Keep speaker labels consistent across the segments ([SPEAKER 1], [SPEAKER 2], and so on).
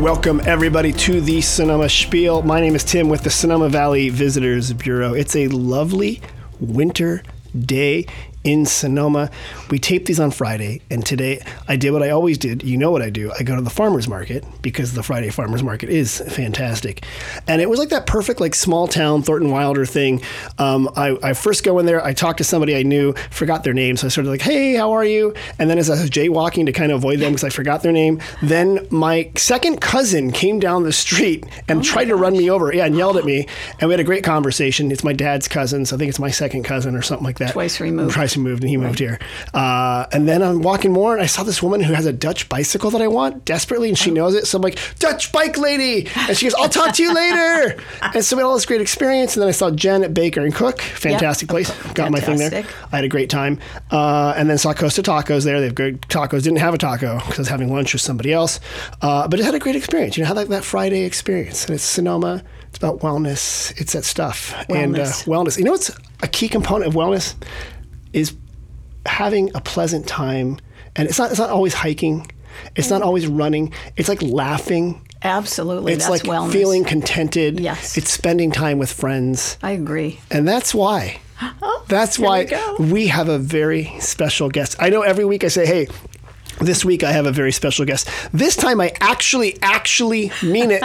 [SPEAKER 1] Welcome, everybody, to the Sonoma Spiel. My name is Tim with the Sonoma Valley Visitors Bureau. It's a lovely winter day in Sonoma. We tape these on Friday, and today I did what I always did. You know what I do. I go to the farmers market because the Friday farmers market is fantastic. And it was like that perfect, like small town Thornton Wilder thing. Um, I, I first go in there, I talk to somebody I knew, forgot their name. So I started like, hey, how are you? And then as I was jaywalking to kind of avoid them because I forgot their name, then my second cousin came down the street
[SPEAKER 2] Oh
[SPEAKER 1] and tried to run me over. Yeah, and yelled at me. And we had a great conversation. It's my dad's cousin. So I think it's my second cousin or something like that.
[SPEAKER 2] Twice removed.
[SPEAKER 1] Twice moved and he moved here. Uh, and then I'm walking more and I saw this woman who has a Dutch bicycle that I want desperately and she knows it. So I'm like, Dutch bike lady. And she goes, I'll talk to you later. And so we had all this great experience. And then I saw Jen at Baker and Cook. Fantastic
[SPEAKER 2] Yep.
[SPEAKER 1] place. Got my thing there.
[SPEAKER 2] Fantastic.
[SPEAKER 1] I had a great time. Uh, and then saw Costa Tacos there. They have good tacos. Didn't have a taco because I was having lunch with somebody else. Uh, but it had a great experience. You know, had like that Friday experience. And it's Sonoma. It's about wellness. It's that stuff. And uh,
[SPEAKER 2] Wellness.
[SPEAKER 1] wellness. You know what's a key component of wellness? is having a pleasant time and it's not it's not always hiking it's
[SPEAKER 2] Mm-hmm.
[SPEAKER 1] not always running it's like laughing
[SPEAKER 2] Absolutely.
[SPEAKER 1] it's
[SPEAKER 2] that's
[SPEAKER 1] like
[SPEAKER 2] wellness.
[SPEAKER 1] feeling contented
[SPEAKER 2] Yes.
[SPEAKER 1] it's spending time with friends
[SPEAKER 2] I agree.
[SPEAKER 1] and that's why that's
[SPEAKER 2] Oh, here
[SPEAKER 1] why
[SPEAKER 2] we go.
[SPEAKER 1] we have a very special guest i know every week i say hey this week I have a very special guest. This time I actually, actually mean it.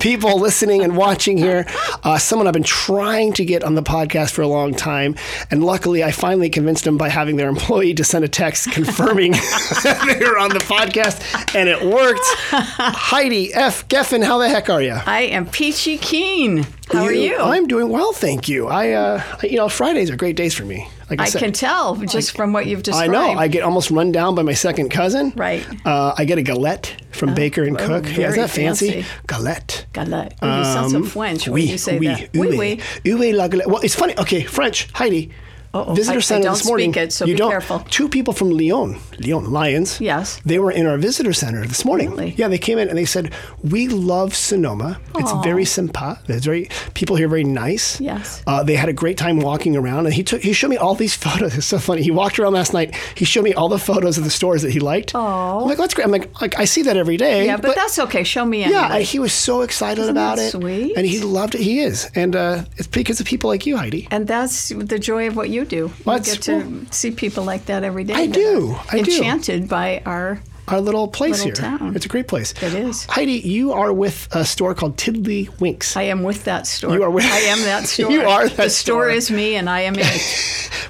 [SPEAKER 1] People listening and watching here, uh, someone I've been trying to get on the podcast for a long time, and luckily I finally convinced them by having their employee to send a text confirming they were on the podcast, and it worked. Heidi F. Geffen, how the heck are you?
[SPEAKER 2] I am peachy keen. How are you?
[SPEAKER 1] I'm doing well, thank you. I, uh, I- you know, Fridays are great days for me. Like I,
[SPEAKER 2] I
[SPEAKER 1] said,
[SPEAKER 2] can tell just from what you've
[SPEAKER 1] I
[SPEAKER 2] described.
[SPEAKER 1] know. I get almost run down by my second cousin.
[SPEAKER 2] Right.
[SPEAKER 1] Uh, I get a galette from Baker and
[SPEAKER 2] oh,
[SPEAKER 1] Cook. Yeah,
[SPEAKER 2] very
[SPEAKER 1] isn't that fancy?
[SPEAKER 2] fancy.
[SPEAKER 1] Galette.
[SPEAKER 2] Galette. Ooh, Oh, you sound so French when you say that.
[SPEAKER 1] Um, Oui,
[SPEAKER 2] Oui,
[SPEAKER 1] oui.
[SPEAKER 2] oui.
[SPEAKER 1] Oui, la galette. Well, it's funny. Okay, French. Heidi.
[SPEAKER 2] Uh-oh, I-
[SPEAKER 1] Visitor
[SPEAKER 2] I
[SPEAKER 1] center
[SPEAKER 2] don't
[SPEAKER 1] this morning.
[SPEAKER 2] speak it, so
[SPEAKER 1] you
[SPEAKER 2] be
[SPEAKER 1] don't.
[SPEAKER 2] careful.
[SPEAKER 1] Two people from Lyon, Lyon Lions.
[SPEAKER 2] Yes.
[SPEAKER 1] They were in our visitor center this morning.
[SPEAKER 2] Really?
[SPEAKER 1] Yeah, they came in and they said, "We love Sonoma. It's very sympa. It's very people here are very nice.
[SPEAKER 2] Yes.
[SPEAKER 1] Uh, they had a great time walking around, and he took he showed me all these photos. It's so funny. He walked around last night. He showed me all the photos of the stores that he liked. Oh, I'm like that's great. I'm like, like I see that every day.
[SPEAKER 2] yeah, but, that's okay. Show me anyway.
[SPEAKER 1] yeah, and he was so excited about
[SPEAKER 2] that
[SPEAKER 1] it,
[SPEAKER 2] sweet?
[SPEAKER 1] and he loved it. He is, and uh, it's because of people like you, Heidi.
[SPEAKER 2] and that's the joy of what you do.
[SPEAKER 1] Well,
[SPEAKER 2] you
[SPEAKER 1] it's-
[SPEAKER 2] get to see people like that every day.
[SPEAKER 1] I
[SPEAKER 2] that
[SPEAKER 1] do.
[SPEAKER 2] are
[SPEAKER 1] I do.
[SPEAKER 2] Enchanted by our.
[SPEAKER 1] Our little place
[SPEAKER 2] Little
[SPEAKER 1] here.
[SPEAKER 2] town.
[SPEAKER 1] It's a great place.
[SPEAKER 2] It is.
[SPEAKER 1] Heidi, you are with a store called Tiddly Winks.
[SPEAKER 2] I am with that store.
[SPEAKER 1] You are with-
[SPEAKER 2] I am that store.
[SPEAKER 1] You are
[SPEAKER 2] The
[SPEAKER 1] that store.
[SPEAKER 2] store is me, and I am it.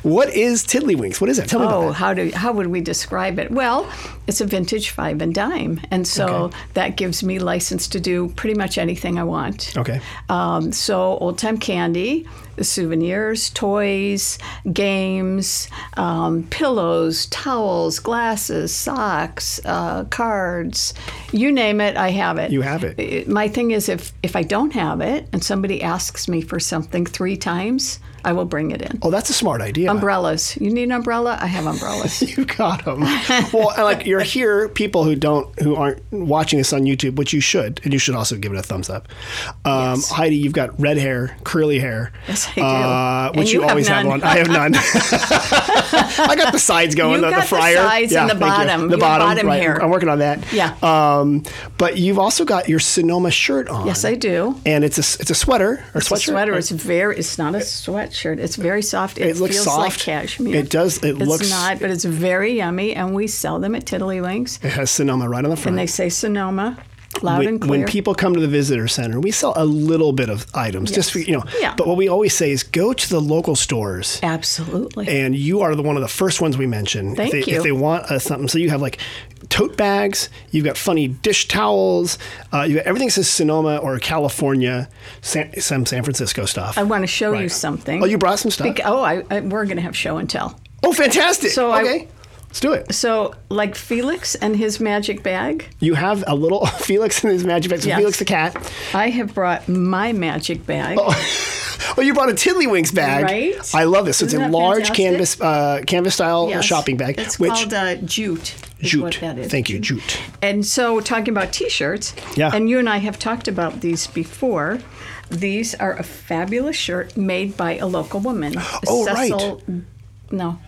[SPEAKER 1] What is Tiddlywinks? What is that? Tell me
[SPEAKER 2] Oh,
[SPEAKER 1] about
[SPEAKER 2] how do how would we describe it? Well, it's a vintage five and dime, and so
[SPEAKER 1] Okay.
[SPEAKER 2] that gives me license to do pretty much anything I want.
[SPEAKER 1] that. Okay.
[SPEAKER 2] Um, so old time candy, souvenirs, toys, games, um, pillows, towels, glasses, socks, uh, cards, you name it, I have it.
[SPEAKER 1] You have it.
[SPEAKER 2] It- My thing is, if if I don't have it, and somebody asks me for something three times, I will bring it in.
[SPEAKER 1] Oh, that's a smart idea.
[SPEAKER 2] Umbrellas. You need an umbrella? I have umbrellas.
[SPEAKER 1] you got them. well, and like you're here, people who don't, who aren't watching this on YouTube, which you should, and you should also give it a thumbs up. Um, Heidi, you've got red hair, curly hair.
[SPEAKER 2] Yes, I do.
[SPEAKER 1] Uh, which
[SPEAKER 2] And
[SPEAKER 1] you,
[SPEAKER 2] you have
[SPEAKER 1] always have,
[SPEAKER 2] none.
[SPEAKER 1] on. I have none. I got the sides going,
[SPEAKER 2] You
[SPEAKER 1] the,
[SPEAKER 2] got the
[SPEAKER 1] fryer,
[SPEAKER 2] sides and the
[SPEAKER 1] thank you.
[SPEAKER 2] bottom.
[SPEAKER 1] the
[SPEAKER 2] Your
[SPEAKER 1] bottom,
[SPEAKER 2] bottom
[SPEAKER 1] right.
[SPEAKER 2] hair.
[SPEAKER 1] I'm working on that.
[SPEAKER 2] Yeah.
[SPEAKER 1] Um, but you've also got your Sonoma shirt on.
[SPEAKER 2] Yes, I do.
[SPEAKER 1] And it's a it's a sweater or
[SPEAKER 2] It's a
[SPEAKER 1] sweatshirt.
[SPEAKER 2] sweater. It's very. It's not a sweatshirt. It's very soft. It,
[SPEAKER 1] It looks
[SPEAKER 2] feels like
[SPEAKER 1] soft.
[SPEAKER 2] cashmere.
[SPEAKER 1] It does- it
[SPEAKER 2] it's
[SPEAKER 1] looks-
[SPEAKER 2] not, but it's very yummy, and we sell them at Tiddlywinks,
[SPEAKER 1] It has Sonoma right on the front.
[SPEAKER 2] and they say Sonoma, loud
[SPEAKER 1] when,
[SPEAKER 2] and clear.
[SPEAKER 1] when people come to the visitor center, we sell a little bit of items, just for, you know.
[SPEAKER 2] Yeah.
[SPEAKER 1] But what we always say is go to the local stores,
[SPEAKER 2] Absolutely.
[SPEAKER 1] and you are the one of the first ones we mention.
[SPEAKER 2] Thank
[SPEAKER 1] if they,
[SPEAKER 2] you.
[SPEAKER 1] If they want uh, something, so you have like tote bags, you've got funny dish towels, uh, you got everything that says Sonoma or California, San, some San Francisco stuff.
[SPEAKER 2] I want to show you
[SPEAKER 1] Right.
[SPEAKER 2] something.
[SPEAKER 1] oh, you brought some stuff.
[SPEAKER 2] Bec- oh, I, I, we're going to have show and tell.
[SPEAKER 1] oh, fantastic!
[SPEAKER 2] So I-
[SPEAKER 1] okay, let's do it.
[SPEAKER 2] So, like Felix and his magic bag,
[SPEAKER 1] You have a little Felix and his magic bag. So
[SPEAKER 2] Yes.
[SPEAKER 1] Felix the cat.
[SPEAKER 2] I have brought my magic bag.
[SPEAKER 1] Oh, you brought a Tiddlywinks bag.
[SPEAKER 2] Right?
[SPEAKER 1] I love this. So
[SPEAKER 2] Isn't
[SPEAKER 1] it's a
[SPEAKER 2] that
[SPEAKER 1] large
[SPEAKER 2] fantastic?
[SPEAKER 1] canvas uh, canvas style
[SPEAKER 2] Yes.
[SPEAKER 1] shopping bag.
[SPEAKER 2] It's
[SPEAKER 1] which
[SPEAKER 2] called uh, jute. is
[SPEAKER 1] jute.
[SPEAKER 2] What that is.
[SPEAKER 1] Thank you, jute.
[SPEAKER 2] And so, talking about T-shirts,
[SPEAKER 1] Yeah.
[SPEAKER 2] And you and I have talked about these before. These are a fabulous shirt made by a local woman,
[SPEAKER 1] Oh, right.
[SPEAKER 2] Cecil. No,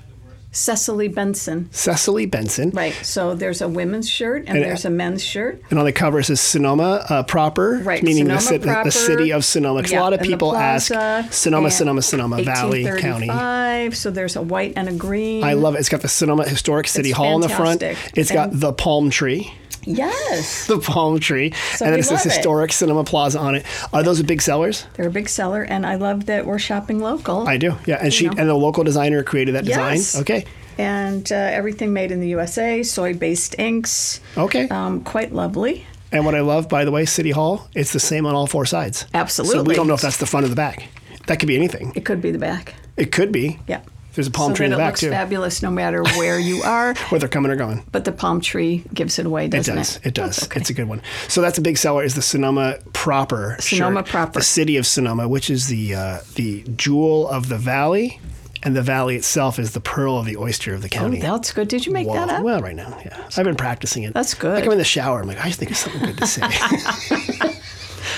[SPEAKER 2] Cecily Benson.
[SPEAKER 1] Cecily Benson.
[SPEAKER 2] Right. So there's a women's shirt and,
[SPEAKER 1] And, uh,
[SPEAKER 2] there's a men's shirt.
[SPEAKER 1] And on the cover it says Sonoma uh, proper,
[SPEAKER 2] Right,
[SPEAKER 1] meaning the,
[SPEAKER 2] Sonoma
[SPEAKER 1] ci- the-
[SPEAKER 2] proper.
[SPEAKER 1] the city of Sonoma. 'Cause
[SPEAKER 2] Yeah,
[SPEAKER 1] A lot of
[SPEAKER 2] and the
[SPEAKER 1] people ask
[SPEAKER 2] plaza
[SPEAKER 1] Sonoma,
[SPEAKER 2] and
[SPEAKER 1] Sonoma, Sonoma Valley County.
[SPEAKER 2] 1835, So there's a white and a green.
[SPEAKER 1] I love it. It's got the Sonoma Historic City
[SPEAKER 2] It's
[SPEAKER 1] Hall in the front.
[SPEAKER 2] fantastic.
[SPEAKER 1] It's got
[SPEAKER 2] And-
[SPEAKER 1] the palm tree,
[SPEAKER 2] Yes.
[SPEAKER 1] the palm tree,
[SPEAKER 2] So
[SPEAKER 1] and then
[SPEAKER 2] we
[SPEAKER 1] it says
[SPEAKER 2] love it.
[SPEAKER 1] Historic Cinema Plaza on it. Are those big sellers?
[SPEAKER 2] They're a big seller, and I love that we're shopping local.
[SPEAKER 1] I do. Yeah, and she
[SPEAKER 2] know.
[SPEAKER 1] and the local designer created that
[SPEAKER 2] Yes.
[SPEAKER 1] design. Okay.
[SPEAKER 2] and uh, everything made in the USA, soy based inks.
[SPEAKER 1] Okay.
[SPEAKER 2] Um, quite lovely.
[SPEAKER 1] and what I love, by the way, City Hall, it's the same on all four sides. So we
[SPEAKER 2] Absolutely.
[SPEAKER 1] don't know if that's the front or the back. That could be anything.
[SPEAKER 2] It could be the back.
[SPEAKER 1] It could be.
[SPEAKER 2] Yeah.
[SPEAKER 1] There's a palm
[SPEAKER 2] so
[SPEAKER 1] tree in
[SPEAKER 2] that
[SPEAKER 1] the
[SPEAKER 2] it
[SPEAKER 1] back
[SPEAKER 2] looks
[SPEAKER 1] too.
[SPEAKER 2] fabulous no matter where you are,
[SPEAKER 1] Whether coming or going.
[SPEAKER 2] but the palm tree gives it away,
[SPEAKER 1] It
[SPEAKER 2] doesn't it?
[SPEAKER 1] does. It does.
[SPEAKER 2] That's okay.
[SPEAKER 1] It's a good one. So that's a big seller. Is the Sonoma proper?
[SPEAKER 2] Sonoma
[SPEAKER 1] shirt.
[SPEAKER 2] proper.
[SPEAKER 1] The city of Sonoma, which is the uh, the jewel of the valley, and the valley itself is the pearl of the oyster of the
[SPEAKER 2] Oh,
[SPEAKER 1] county.
[SPEAKER 2] that's good. Did you make
[SPEAKER 1] well,
[SPEAKER 2] that up?
[SPEAKER 1] well, right now, yeah. I've been practicing it.
[SPEAKER 2] That's good.
[SPEAKER 1] Like I'm in the shower. I'm like, I just think of something good to say.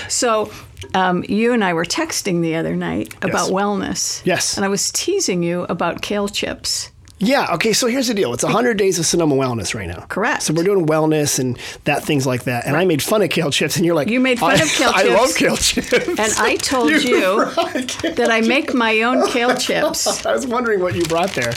[SPEAKER 2] So, um, you and I were texting the other night about wellness.
[SPEAKER 1] Yes.
[SPEAKER 2] And I was teasing you about kale chips.
[SPEAKER 1] yeah. Okay. So here's the deal. It's 100 days of Sonoma wellness right now.
[SPEAKER 2] Correct.
[SPEAKER 1] So we're doing wellness and that things like that. And I made fun of kale chips, and you're like,
[SPEAKER 2] You made fun
[SPEAKER 1] I-
[SPEAKER 2] of kale
[SPEAKER 1] I
[SPEAKER 2] chips.
[SPEAKER 1] love kale chips.
[SPEAKER 2] And I told you that I make my own kale chips.
[SPEAKER 1] I was wondering what you brought there.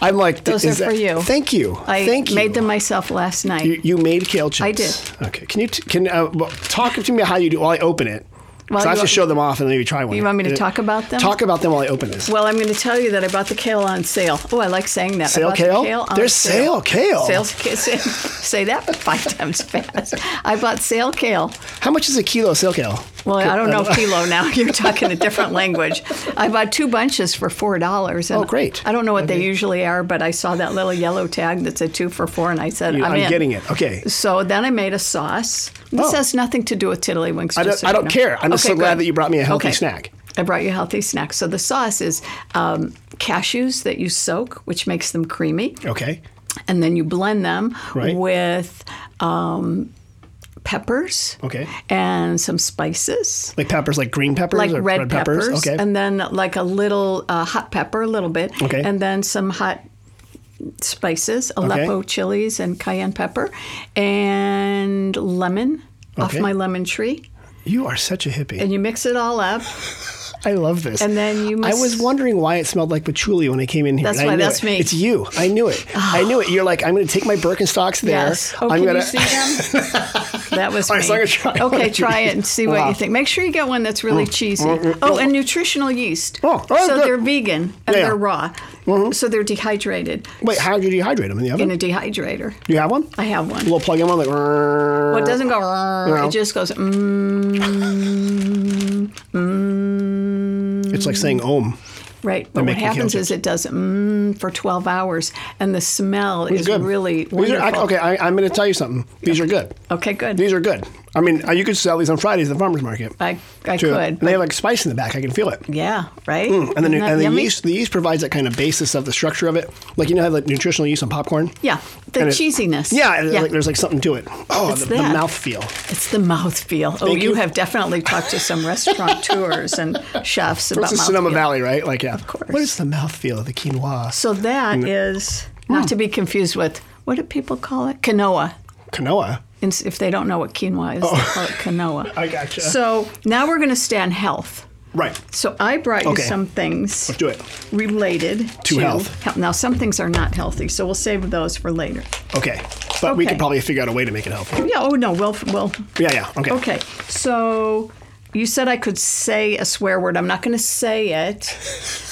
[SPEAKER 1] I'm like,
[SPEAKER 2] Those
[SPEAKER 1] is
[SPEAKER 2] are
[SPEAKER 1] that-
[SPEAKER 2] for you.
[SPEAKER 1] Thank you.
[SPEAKER 2] I
[SPEAKER 1] thank you.
[SPEAKER 2] made them myself last night.
[SPEAKER 1] You, you made kale chips.
[SPEAKER 2] I
[SPEAKER 1] did. Okay. Can you t- can uh, well, talk to me how you do while I open it?
[SPEAKER 2] While
[SPEAKER 1] so I have
[SPEAKER 2] you
[SPEAKER 1] to
[SPEAKER 2] open-
[SPEAKER 1] show them off and maybe try one.
[SPEAKER 2] You want me to
[SPEAKER 1] Uh,
[SPEAKER 2] talk about them?
[SPEAKER 1] Talk about them while I open this.
[SPEAKER 2] well, I'm going to tell you that I bought the kale on sale. Oh, I like saying that. I
[SPEAKER 1] Sale
[SPEAKER 2] bought the
[SPEAKER 1] kale?
[SPEAKER 2] on
[SPEAKER 1] There's sale kale.
[SPEAKER 2] Sales kale. Say that five times fast. I bought sale kale.
[SPEAKER 1] How much is a kilo of sale kale?
[SPEAKER 2] Well, I don't know kilo now. You're talking a different language. I bought two bunches for four dollars.
[SPEAKER 1] Oh, great.
[SPEAKER 2] I don't know what they usually are, but I saw that little yellow tag that said two for four, and I said,
[SPEAKER 1] You-
[SPEAKER 2] I'm,
[SPEAKER 1] I'm
[SPEAKER 2] in.
[SPEAKER 1] getting it. Okay.
[SPEAKER 2] So then I made a sauce. This
[SPEAKER 1] Oh.
[SPEAKER 2] has nothing to do with tiddlywinks.
[SPEAKER 1] I don't, I don't care. I'm just so glad that you brought me a healthy
[SPEAKER 2] Okay.
[SPEAKER 1] snack.
[SPEAKER 2] I brought you a healthy snack. So the sauce is um, cashews that you soak, which makes them creamy,
[SPEAKER 1] Okay.
[SPEAKER 2] and then you blend them
[SPEAKER 1] Right.
[SPEAKER 2] with um, peppers
[SPEAKER 1] Okay.
[SPEAKER 2] and some spices
[SPEAKER 1] Like peppers, like green peppers,
[SPEAKER 2] like
[SPEAKER 1] or
[SPEAKER 2] red, peppers,
[SPEAKER 1] Okay.
[SPEAKER 2] and then like a little uh, hot pepper, a little bit,
[SPEAKER 1] Okay.
[SPEAKER 2] and then some hot spices, Aleppo chilies and cayenne pepper, and lemon off
[SPEAKER 1] Okay.
[SPEAKER 2] my lemon tree,
[SPEAKER 1] you are such a hippie.
[SPEAKER 2] and you mix it all up.
[SPEAKER 1] I love this.
[SPEAKER 2] And then you
[SPEAKER 1] I
[SPEAKER 2] must-
[SPEAKER 1] was wondering why it smelled like patchouli when I came in here.
[SPEAKER 2] That's
[SPEAKER 1] and I
[SPEAKER 2] why-
[SPEAKER 1] knew
[SPEAKER 2] that's
[SPEAKER 1] it.
[SPEAKER 2] me.
[SPEAKER 1] It's you. I knew it. I knew it. You're like, I'm going to take my Birkenstocks there.
[SPEAKER 2] Yes. Oh,
[SPEAKER 1] I'm
[SPEAKER 2] can
[SPEAKER 1] gonna...
[SPEAKER 2] you see them? that was
[SPEAKER 1] All right,
[SPEAKER 2] me.
[SPEAKER 1] so I'm gonna try one
[SPEAKER 2] okay,
[SPEAKER 1] of
[SPEAKER 2] try it and see what
[SPEAKER 1] Wow. Mm.
[SPEAKER 2] you think. Make sure you get one that's really cheesy. Oh, and nutritional yeast.
[SPEAKER 1] Oh, oh,
[SPEAKER 2] so
[SPEAKER 1] good.
[SPEAKER 2] they're vegan
[SPEAKER 1] Yeah.
[SPEAKER 2] and
[SPEAKER 1] Mm-hmm.
[SPEAKER 2] they're raw, so they're dehydrated
[SPEAKER 1] Wait, how do you dehydrate them in the oven?
[SPEAKER 2] in a dehydrator.
[SPEAKER 1] Do you have one?
[SPEAKER 2] I have one.
[SPEAKER 1] A little plug in one, like. Well,
[SPEAKER 2] Well, it doesn't go. It just goes. Mm, mm,
[SPEAKER 1] It's like saying ohm.
[SPEAKER 2] right. But what
[SPEAKER 1] making kale
[SPEAKER 2] happens
[SPEAKER 1] chips.
[SPEAKER 2] is it does mm, for 12 hours, and the smell is
[SPEAKER 1] Good.
[SPEAKER 2] really
[SPEAKER 1] These are,
[SPEAKER 2] wonderful.
[SPEAKER 1] I, okay, I, I'm going to tell you something. These are good.
[SPEAKER 2] Okay, good.
[SPEAKER 1] These are good. I mean, uh, you could sell these on Fridays at the farmers market.
[SPEAKER 2] I, I
[SPEAKER 1] too.
[SPEAKER 2] could.
[SPEAKER 1] And they have like spice in the back. I can feel it.
[SPEAKER 2] yeah, right?
[SPEAKER 1] And then,
[SPEAKER 2] Isn't that
[SPEAKER 1] and the
[SPEAKER 2] yummy?
[SPEAKER 1] yeast, the yeast provides that kind of basis of the structure of it. Like you know how like nutritional yeast on popcorn.
[SPEAKER 2] Yeah, the
[SPEAKER 1] and it-
[SPEAKER 2] cheesiness.
[SPEAKER 1] Yeah, and Like, there's like something to it. Oh,
[SPEAKER 2] It's
[SPEAKER 1] the, the
[SPEAKER 2] that.
[SPEAKER 1] mouth feel.
[SPEAKER 2] it's the mouthfeel. Oh,
[SPEAKER 1] Thank
[SPEAKER 2] you
[SPEAKER 1] you.
[SPEAKER 2] have definitely talked to some restaurateurs and chefs about
[SPEAKER 1] It's the Sonoma
[SPEAKER 2] mouthfeel.
[SPEAKER 1] Valley, right? Like, yeah. Of
[SPEAKER 2] course.
[SPEAKER 1] What is the mouth feel of the quinoa?
[SPEAKER 2] So that is
[SPEAKER 1] Mm.
[SPEAKER 2] not to be confused with what do people call it? Quinoa.
[SPEAKER 1] Quinoa.
[SPEAKER 2] And if they don't know what quinoa is, they call it quinoa.
[SPEAKER 1] Oh. I gotcha.
[SPEAKER 2] So now we're going to stay on health.
[SPEAKER 1] Right.
[SPEAKER 2] So I brought you
[SPEAKER 1] Okay.
[SPEAKER 2] some things
[SPEAKER 1] Do it.
[SPEAKER 2] related to,
[SPEAKER 1] health.
[SPEAKER 2] health. Now some things are not healthy, so we'll save those for later.
[SPEAKER 1] Okay. But we
[SPEAKER 2] Okay.
[SPEAKER 1] could probably figure out a way to make it healthy.
[SPEAKER 2] Yeah. Oh no. Well. Well.
[SPEAKER 1] Yeah, yeah. Okay.
[SPEAKER 2] Okay. So you said I could say a swear word. I'm not going to say it,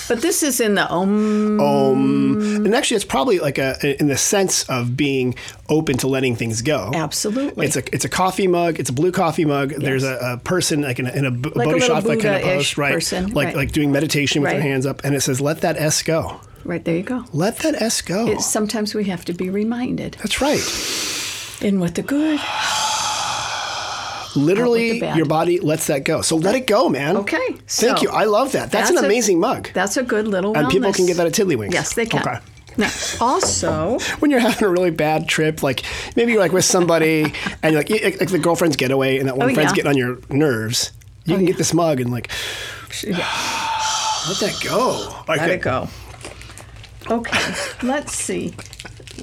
[SPEAKER 2] but this is in the um.
[SPEAKER 1] And actually, it's probably like a in the sense of being open to letting things go.
[SPEAKER 2] Absolutely.
[SPEAKER 1] It's a it's a coffee mug. It's a blue coffee mug. There's a, a person like in a, in a b-
[SPEAKER 2] Like a
[SPEAKER 1] Bodhisattva
[SPEAKER 2] little
[SPEAKER 1] kind of
[SPEAKER 2] Buddha-ish
[SPEAKER 1] pose, right?
[SPEAKER 2] person,
[SPEAKER 1] Like
[SPEAKER 2] right.
[SPEAKER 1] like doing meditation with their
[SPEAKER 2] Right.
[SPEAKER 1] hands up, and it says, "Let that s go.
[SPEAKER 2] right there. You go.
[SPEAKER 1] Let that s go."
[SPEAKER 2] It's, sometimes we have to be reminded
[SPEAKER 1] That's right.
[SPEAKER 2] in with the good.
[SPEAKER 1] Literally,
[SPEAKER 2] bad.
[SPEAKER 1] your body lets that go. So let it go, man.
[SPEAKER 2] Okay.
[SPEAKER 1] Thank
[SPEAKER 2] so
[SPEAKER 1] you. I love that. That's, an
[SPEAKER 2] a-
[SPEAKER 1] amazing mug.
[SPEAKER 2] That's a good little.
[SPEAKER 1] and people can
[SPEAKER 2] wellness.
[SPEAKER 1] get that at Tiddlywinks.
[SPEAKER 2] Yes, they can.
[SPEAKER 1] Okay.
[SPEAKER 2] Now, also,
[SPEAKER 1] When you're having a really bad trip, like maybe you're like with somebody and like, you- like the girlfriend's getaway and that one
[SPEAKER 2] Oh,
[SPEAKER 1] friend's
[SPEAKER 2] yeah.
[SPEAKER 1] getting
[SPEAKER 2] Oh,
[SPEAKER 1] on your nerves, you can get this mug and like
[SPEAKER 2] yeah,
[SPEAKER 1] let that go. Like
[SPEAKER 2] let it go. Okay, let's see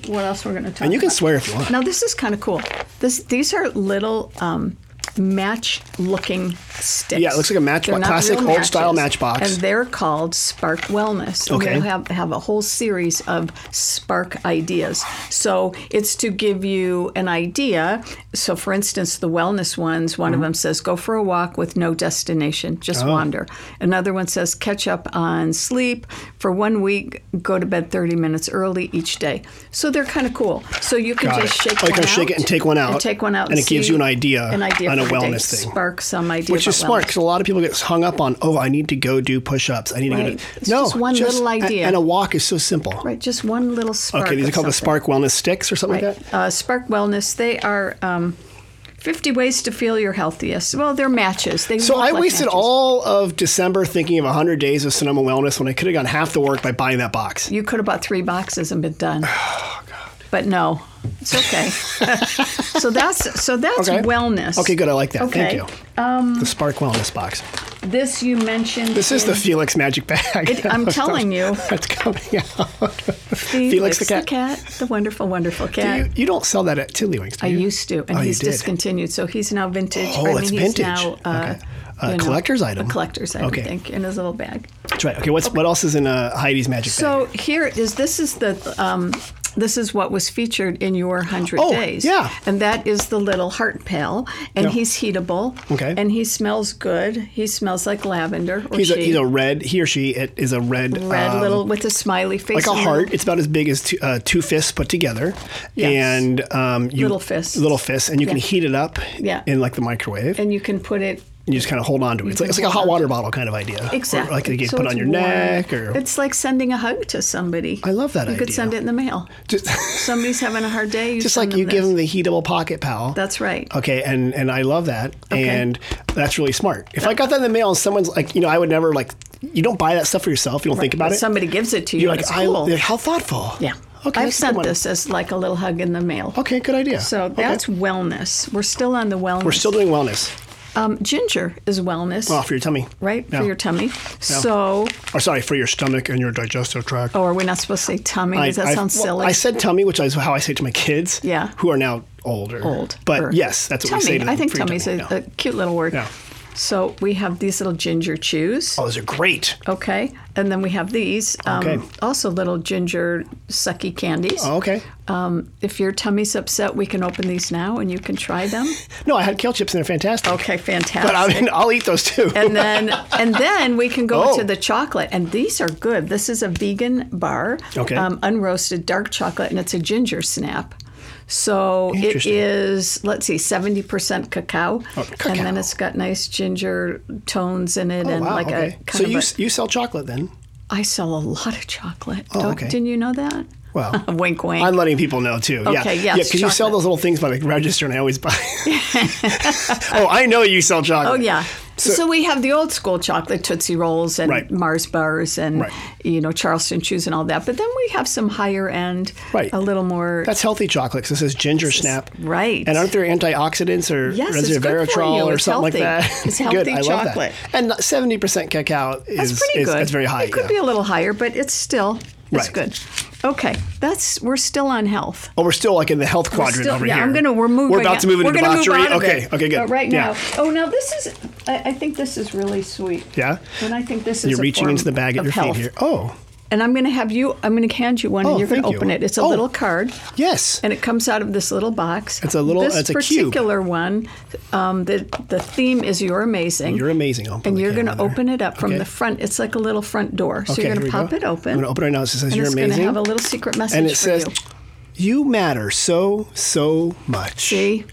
[SPEAKER 2] what else we're going to talk.
[SPEAKER 1] And you can
[SPEAKER 2] about.
[SPEAKER 1] swear if you want.
[SPEAKER 2] Now this is kind of cool. This these are little um, match-looking sticks.
[SPEAKER 1] Yeah, it looks like a matchbo-
[SPEAKER 2] They're not
[SPEAKER 1] classic
[SPEAKER 2] real
[SPEAKER 1] old-style
[SPEAKER 2] matches,
[SPEAKER 1] matchbox.
[SPEAKER 2] and they're called Spark Wellness. And
[SPEAKER 1] Okay.
[SPEAKER 2] we'll have have a whole series of Spark ideas. So it's to give you an idea. So for instance, the wellness ones.
[SPEAKER 1] Mm-hmm.
[SPEAKER 2] One of them says, "Go for a walk with no destination, just
[SPEAKER 1] Oh.
[SPEAKER 2] wander." Another one says, "Catch up on sleep for one week. Go to bed 30 minutes early each day." So they're kind of cool. So you can
[SPEAKER 1] Got
[SPEAKER 2] just
[SPEAKER 1] it.
[SPEAKER 2] shake
[SPEAKER 1] Oh, you
[SPEAKER 2] one
[SPEAKER 1] can
[SPEAKER 2] out.
[SPEAKER 1] shake it and take one out,
[SPEAKER 2] And take one out.
[SPEAKER 1] and it gives
[SPEAKER 2] see
[SPEAKER 1] you an idea
[SPEAKER 2] An idea
[SPEAKER 1] on a
[SPEAKER 2] for the day.
[SPEAKER 1] wellness thing.
[SPEAKER 2] Spark some idea.
[SPEAKER 1] Which is
[SPEAKER 2] about
[SPEAKER 1] smart
[SPEAKER 2] wellness.
[SPEAKER 1] because a lot of people get hung up on, oh, I need to go do push ups. I need to
[SPEAKER 2] Right.
[SPEAKER 1] go do.
[SPEAKER 2] It's just one little
[SPEAKER 1] a-
[SPEAKER 2] idea.
[SPEAKER 1] And a walk is so simple.
[SPEAKER 2] Right, just one little spark.
[SPEAKER 1] Okay, these
[SPEAKER 2] of
[SPEAKER 1] are called the
[SPEAKER 2] something.
[SPEAKER 1] Spark Wellness Sticks or something like that.
[SPEAKER 2] Right. Uh, Spark Wellness. They are um, 50 ways to feel your healthiest. Well, they're matches. They
[SPEAKER 1] So
[SPEAKER 2] look
[SPEAKER 1] I
[SPEAKER 2] like
[SPEAKER 1] wasted
[SPEAKER 2] matches.
[SPEAKER 1] all of December thinking of 100 days of Sonoma Wellness when I could have done half the work by buying that box.
[SPEAKER 2] You could have bought three boxes and been done.
[SPEAKER 1] Oh,
[SPEAKER 2] But no, it's okay. so that's so that's
[SPEAKER 1] Okay.
[SPEAKER 2] wellness.
[SPEAKER 1] Okay, good. I like that. Thank
[SPEAKER 2] Okay. um,
[SPEAKER 1] you. the Spark Wellness box.
[SPEAKER 2] This you mentioned.
[SPEAKER 1] This is the
[SPEAKER 2] in
[SPEAKER 1] Felix Magic Bag.
[SPEAKER 2] It- I'm telling you.
[SPEAKER 1] That's coming out.
[SPEAKER 2] Felix
[SPEAKER 1] the
[SPEAKER 2] the
[SPEAKER 1] cat.
[SPEAKER 2] cat. the wonderful, wonderful cat.
[SPEAKER 1] You, you don't sell that at Tiddlywinks, do
[SPEAKER 2] I
[SPEAKER 1] you?
[SPEAKER 2] used to, and
[SPEAKER 1] Oh, you
[SPEAKER 2] he's
[SPEAKER 1] did.
[SPEAKER 2] discontinued. So he's now vintage.
[SPEAKER 1] Oh,
[SPEAKER 2] I mean,
[SPEAKER 1] it's
[SPEAKER 2] he's
[SPEAKER 1] vintage.
[SPEAKER 2] Now, uh,
[SPEAKER 1] Okay. A
[SPEAKER 2] you know,
[SPEAKER 1] collector's item.
[SPEAKER 2] A collector's item,
[SPEAKER 1] Okay.
[SPEAKER 2] I think, in his little bag.
[SPEAKER 1] That's right. Okay, what's, what else is in uh, Heidi's Magic
[SPEAKER 2] So
[SPEAKER 1] Bag?
[SPEAKER 2] here is this is the um, this is what was featured in your hundred
[SPEAKER 1] Oh,
[SPEAKER 2] days.
[SPEAKER 1] yeah.
[SPEAKER 2] and that is the little heart pal, and
[SPEAKER 1] Yeah.
[SPEAKER 2] he's heatable.
[SPEAKER 1] Okay.
[SPEAKER 2] and he smells good. He smells like lavender. Or
[SPEAKER 1] He's a,
[SPEAKER 2] she.
[SPEAKER 1] he's a red, he or she it is a red,
[SPEAKER 2] red
[SPEAKER 1] um,
[SPEAKER 2] little with a smiley face,
[SPEAKER 1] like a
[SPEAKER 2] and
[SPEAKER 1] heart. It's about as big as two, uh, two fists put together,
[SPEAKER 2] Yes.
[SPEAKER 1] and um, you,
[SPEAKER 2] Little fists.
[SPEAKER 1] little fists, and you can
[SPEAKER 2] Yeah.
[SPEAKER 1] heat it up
[SPEAKER 2] Yeah.
[SPEAKER 1] in like the microwave, and
[SPEAKER 2] and you can put it
[SPEAKER 1] you just kind of hold on to it. It's like it's like a hot water bottle kind of idea, Or
[SPEAKER 2] Exactly.
[SPEAKER 1] like you get
[SPEAKER 2] So
[SPEAKER 1] put
[SPEAKER 2] it's
[SPEAKER 1] on your
[SPEAKER 2] warm.
[SPEAKER 1] neck, or
[SPEAKER 2] it's like sending a hug to somebody.
[SPEAKER 1] I love that
[SPEAKER 2] You could
[SPEAKER 1] idea.
[SPEAKER 2] send it in the mail.
[SPEAKER 1] just,
[SPEAKER 2] Somebody's having a hard day. You
[SPEAKER 1] just
[SPEAKER 2] send
[SPEAKER 1] like you
[SPEAKER 2] them
[SPEAKER 1] give
[SPEAKER 2] this.
[SPEAKER 1] them the heatable pocket pal.
[SPEAKER 2] That's right.
[SPEAKER 1] Okay, and and I love that, and that's really smart. If I got that in the mail, and someone's like, you know, I would never like, you don't buy that stuff for yourself. You don't think about it.
[SPEAKER 2] Somebody gives it to you.
[SPEAKER 1] You're
[SPEAKER 2] and
[SPEAKER 1] like,
[SPEAKER 2] it's
[SPEAKER 1] I,
[SPEAKER 2] cool.
[SPEAKER 1] how thoughtful.
[SPEAKER 2] yeah.
[SPEAKER 1] Okay,
[SPEAKER 2] I've
[SPEAKER 1] that's a good
[SPEAKER 2] sent
[SPEAKER 1] one.
[SPEAKER 2] this as like a little hug in the mail.
[SPEAKER 1] Okay, good idea.
[SPEAKER 2] So
[SPEAKER 1] Okay.
[SPEAKER 2] that's wellness. We're still on the wellness.
[SPEAKER 1] we're still doing wellness.
[SPEAKER 2] um, ginger is wellness,
[SPEAKER 1] Oh, for your tummy.
[SPEAKER 2] right?
[SPEAKER 1] Yeah.
[SPEAKER 2] For your tummy. So,
[SPEAKER 1] Or sorry, for your stomach and your digestive tract.
[SPEAKER 2] oh, are we not supposed to say tummy? Does that
[SPEAKER 1] I-
[SPEAKER 2] sound
[SPEAKER 1] well,
[SPEAKER 2] silly?
[SPEAKER 1] I said tummy, which is how I say it to my kids.
[SPEAKER 2] Yeah.
[SPEAKER 1] Who are now older.
[SPEAKER 2] old.
[SPEAKER 1] But
[SPEAKER 2] or-
[SPEAKER 1] yes, that's what
[SPEAKER 2] tummy.
[SPEAKER 1] we say to them.
[SPEAKER 2] I think
[SPEAKER 1] for your
[SPEAKER 2] tummy's a,
[SPEAKER 1] tummy.
[SPEAKER 2] a
[SPEAKER 1] Yeah.
[SPEAKER 2] cute little word.
[SPEAKER 1] Yeah.
[SPEAKER 2] So we have these little ginger chews.
[SPEAKER 1] Oh, those are great.
[SPEAKER 2] Okay. And then we have these. Um,
[SPEAKER 1] Okay.
[SPEAKER 2] Also, little ginger sucky candies.
[SPEAKER 1] Oh, okay.
[SPEAKER 2] Um, if your tummy's upset, we can open these now and you can try them.
[SPEAKER 1] No, I had kale chips and they're fantastic.
[SPEAKER 2] Okay, fantastic.
[SPEAKER 1] But I mean, I'll eat those too.
[SPEAKER 2] and then and then we can go
[SPEAKER 1] Oh.
[SPEAKER 2] into the chocolate and these are good this is a vegan bar um,
[SPEAKER 1] Okay.
[SPEAKER 2] unroasted dark chocolate and it's a ginger snap so it
[SPEAKER 1] Interesting. Oh,
[SPEAKER 2] is let's see 70% cacao, and
[SPEAKER 1] cacao.
[SPEAKER 2] then it's got nice ginger tones in it
[SPEAKER 1] Oh,
[SPEAKER 2] and
[SPEAKER 1] wow,
[SPEAKER 2] like
[SPEAKER 1] okay.
[SPEAKER 2] a kind
[SPEAKER 1] so
[SPEAKER 2] of
[SPEAKER 1] you
[SPEAKER 2] a-
[SPEAKER 1] s you sell chocolate then?
[SPEAKER 2] i sell a lot of chocolate
[SPEAKER 1] Oh,
[SPEAKER 2] Don't-
[SPEAKER 1] okay.
[SPEAKER 2] didn't you know that
[SPEAKER 1] Well,
[SPEAKER 2] wink wink
[SPEAKER 1] I'm letting people know too. yeah.
[SPEAKER 2] Okay,
[SPEAKER 1] yeah,
[SPEAKER 2] yes,
[SPEAKER 1] because you sell
[SPEAKER 2] chocolate.
[SPEAKER 1] those little things by the register, and I always buy. oh, I know you sell chocolate.
[SPEAKER 2] Oh yeah.
[SPEAKER 1] So-
[SPEAKER 2] So, we have the old school chocolate Tootsie Rolls and
[SPEAKER 1] Right.
[SPEAKER 2] Mars bars and
[SPEAKER 1] Right.
[SPEAKER 2] you know Charleston chews and all that. But then we have some higher end,
[SPEAKER 1] Right.
[SPEAKER 2] a little more
[SPEAKER 1] That's healthy chocolate. 'cause this is ginger snap.
[SPEAKER 2] right.
[SPEAKER 1] And aren't there antioxidants or
[SPEAKER 2] Yes, it's good for
[SPEAKER 1] resveratrol
[SPEAKER 2] you.
[SPEAKER 1] or
[SPEAKER 2] It's
[SPEAKER 1] something like
[SPEAKER 2] healthy.
[SPEAKER 1] that?
[SPEAKER 2] It's
[SPEAKER 1] good.
[SPEAKER 2] healthy
[SPEAKER 1] I love
[SPEAKER 2] chocolate.
[SPEAKER 1] that. And seventy percent cacao is
[SPEAKER 2] that's pretty
[SPEAKER 1] is
[SPEAKER 2] good.
[SPEAKER 1] that's very high.
[SPEAKER 2] It could
[SPEAKER 1] yeah.
[SPEAKER 2] be a little higher, but it's still it's
[SPEAKER 1] Right.
[SPEAKER 2] good. Okay, that's we're still on health.
[SPEAKER 1] oh, we're still like in the health quadrant
[SPEAKER 2] Still-
[SPEAKER 1] over
[SPEAKER 2] yeah,
[SPEAKER 1] here.
[SPEAKER 2] I'm gonna we're moving.
[SPEAKER 1] We're about to move into
[SPEAKER 2] we're gonna
[SPEAKER 1] debauchery.
[SPEAKER 2] Move out of
[SPEAKER 1] okay.
[SPEAKER 2] it.
[SPEAKER 1] Okay. Good.
[SPEAKER 2] But right
[SPEAKER 1] Yeah.
[SPEAKER 2] now, oh now this is I, I think this is really sweet.
[SPEAKER 1] Yeah.
[SPEAKER 2] And I think this is
[SPEAKER 1] You're
[SPEAKER 2] a
[SPEAKER 1] reaching
[SPEAKER 2] form
[SPEAKER 1] into the bag at
[SPEAKER 2] of
[SPEAKER 1] your
[SPEAKER 2] health.
[SPEAKER 1] feet here. Oh,
[SPEAKER 2] And I'm going to have you, I'm going to hand you one
[SPEAKER 1] Oh,
[SPEAKER 2] and you're going to
[SPEAKER 1] thank you.
[SPEAKER 2] open it. It's a
[SPEAKER 1] Oh.
[SPEAKER 2] little card
[SPEAKER 1] yes.
[SPEAKER 2] and it comes out of this little box.
[SPEAKER 1] It's a little-
[SPEAKER 2] This
[SPEAKER 1] it's a cube.
[SPEAKER 2] particular one, um, the, the theme is You're Amazing.
[SPEAKER 1] You're amazing. I'll put
[SPEAKER 2] and
[SPEAKER 1] the
[SPEAKER 2] you're
[SPEAKER 1] camera
[SPEAKER 2] going to
[SPEAKER 1] there.
[SPEAKER 2] open it up from
[SPEAKER 1] Okay.
[SPEAKER 2] the front. It's like a little front door. So
[SPEAKER 1] Okay,
[SPEAKER 2] you're
[SPEAKER 1] here
[SPEAKER 2] going
[SPEAKER 1] we
[SPEAKER 2] to pop
[SPEAKER 1] go.
[SPEAKER 2] it open.
[SPEAKER 1] I'm going to open it right now. It says
[SPEAKER 2] and
[SPEAKER 1] you're
[SPEAKER 2] it's going to
[SPEAKER 1] amazing.
[SPEAKER 2] have a little secret message
[SPEAKER 1] and it says,
[SPEAKER 2] for you.
[SPEAKER 1] "You matter so so much."
[SPEAKER 2] See?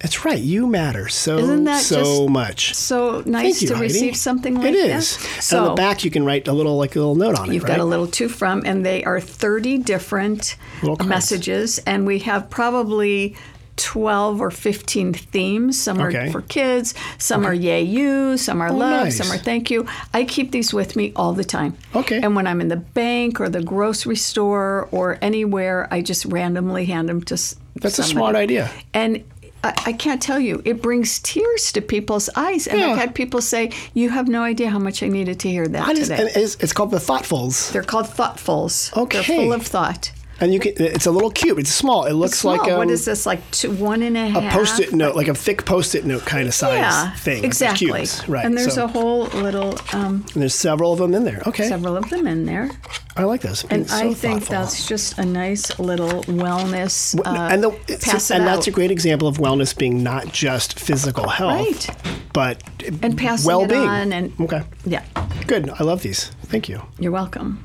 [SPEAKER 1] That's right. You matter so
[SPEAKER 2] Isn't that
[SPEAKER 1] "Oh, so
[SPEAKER 2] just
[SPEAKER 1] much.
[SPEAKER 2] So
[SPEAKER 1] Thank
[SPEAKER 2] nice
[SPEAKER 1] you,
[SPEAKER 2] to
[SPEAKER 1] Heidi.
[SPEAKER 2] receive something like
[SPEAKER 1] it
[SPEAKER 2] that.
[SPEAKER 1] is.
[SPEAKER 2] So
[SPEAKER 1] and on the back, you can write a little like a little note on it.
[SPEAKER 2] You've got a
[SPEAKER 1] right?
[SPEAKER 2] little to from, and they are 30 different
[SPEAKER 1] Little cards.
[SPEAKER 2] messages, and we have probably 12 or 15 themes. Some
[SPEAKER 1] Okay. Oh,
[SPEAKER 2] are for kids, some are yay you, some are love,
[SPEAKER 1] nice.
[SPEAKER 2] some are thank you. I keep these with me all the time.
[SPEAKER 1] Okay.
[SPEAKER 2] And when I'm in the bank or the grocery store or anywhere, I just randomly hand them to s-
[SPEAKER 1] That's a
[SPEAKER 2] somebody.
[SPEAKER 1] smart idea.
[SPEAKER 2] And I, I can't tell you. It brings tears to people's eyes, and
[SPEAKER 1] Yeah.
[SPEAKER 2] I've had people say, "You have no idea how much I needed to hear that
[SPEAKER 1] I just,
[SPEAKER 2] today."
[SPEAKER 1] and it's, it's called the Thoughtfuls,
[SPEAKER 2] They're called thoughtfuls.
[SPEAKER 1] Okay.
[SPEAKER 2] They're full of thought.
[SPEAKER 1] and you can. It's a little cube. It's small. It looks
[SPEAKER 2] Small.
[SPEAKER 1] like um,
[SPEAKER 2] what is this like? Two, one and a
[SPEAKER 1] a
[SPEAKER 2] half.
[SPEAKER 1] post-it note, like a thick post-it note kind of size
[SPEAKER 2] Yeah,
[SPEAKER 1] thing. Those
[SPEAKER 2] exactly.
[SPEAKER 1] cubes. Right.
[SPEAKER 2] And there's
[SPEAKER 1] so,
[SPEAKER 2] a whole little, um,
[SPEAKER 1] and there's several of them in there. Okay,
[SPEAKER 2] several of them in there,
[SPEAKER 1] I like those.
[SPEAKER 2] and
[SPEAKER 1] It's so
[SPEAKER 2] I think
[SPEAKER 1] thoughtful.
[SPEAKER 2] that's just a nice little wellness.
[SPEAKER 1] But-
[SPEAKER 2] uh,
[SPEAKER 1] and the, it's-
[SPEAKER 2] pass it
[SPEAKER 1] and that's
[SPEAKER 2] out.
[SPEAKER 1] a great example of wellness being not just physical health,
[SPEAKER 2] Right.
[SPEAKER 1] but
[SPEAKER 2] And passing it
[SPEAKER 1] well-being.
[SPEAKER 2] on and-
[SPEAKER 1] okay,
[SPEAKER 2] Yeah,
[SPEAKER 1] good. I love these. Thank you.
[SPEAKER 2] you're welcome.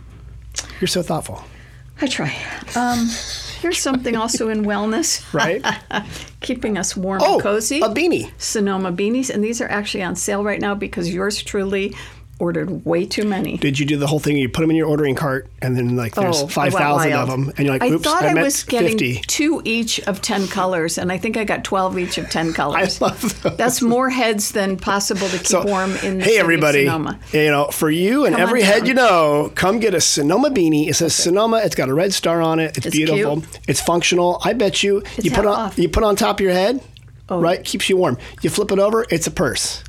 [SPEAKER 1] You're so thoughtful,
[SPEAKER 2] I try. Um, here's something also in wellness,
[SPEAKER 1] right?
[SPEAKER 2] keeping us warm
[SPEAKER 1] oh,
[SPEAKER 2] and cozy.
[SPEAKER 1] a beanie.
[SPEAKER 2] Sonoma beanies, and these are actually on sale right now because yours truly ordered way too many.
[SPEAKER 1] Did you do the whole thing? You put them in your ordering cart, and then like there's
[SPEAKER 2] Oh, I
[SPEAKER 1] five
[SPEAKER 2] went
[SPEAKER 1] thousand of
[SPEAKER 2] wild.
[SPEAKER 1] them, and you're like,
[SPEAKER 2] I
[SPEAKER 1] "Oops,
[SPEAKER 2] thought
[SPEAKER 1] I,
[SPEAKER 2] I,
[SPEAKER 1] meant
[SPEAKER 2] was getting
[SPEAKER 1] 50.
[SPEAKER 2] two each of ten colors, and I think I got twelve each of ten
[SPEAKER 1] I
[SPEAKER 2] colors.
[SPEAKER 1] love those.
[SPEAKER 2] That's more heads than possible to keep
[SPEAKER 1] So,
[SPEAKER 2] warm in. The
[SPEAKER 1] hey
[SPEAKER 2] city of
[SPEAKER 1] everybody,
[SPEAKER 2] Sonoma.
[SPEAKER 1] you know, for you and
[SPEAKER 2] Come on
[SPEAKER 1] every head
[SPEAKER 2] down.
[SPEAKER 1] you know, come get a Sonoma beanie. It says Sonoma. It's got a red star on it. It's,
[SPEAKER 2] It's
[SPEAKER 1] beautiful.
[SPEAKER 2] cute.
[SPEAKER 1] It's functional. I bet you you put
[SPEAKER 2] half
[SPEAKER 1] on
[SPEAKER 2] off. Oh.
[SPEAKER 1] you put on top of your head, right? Keeps you warm. You flip it over, it's a purse,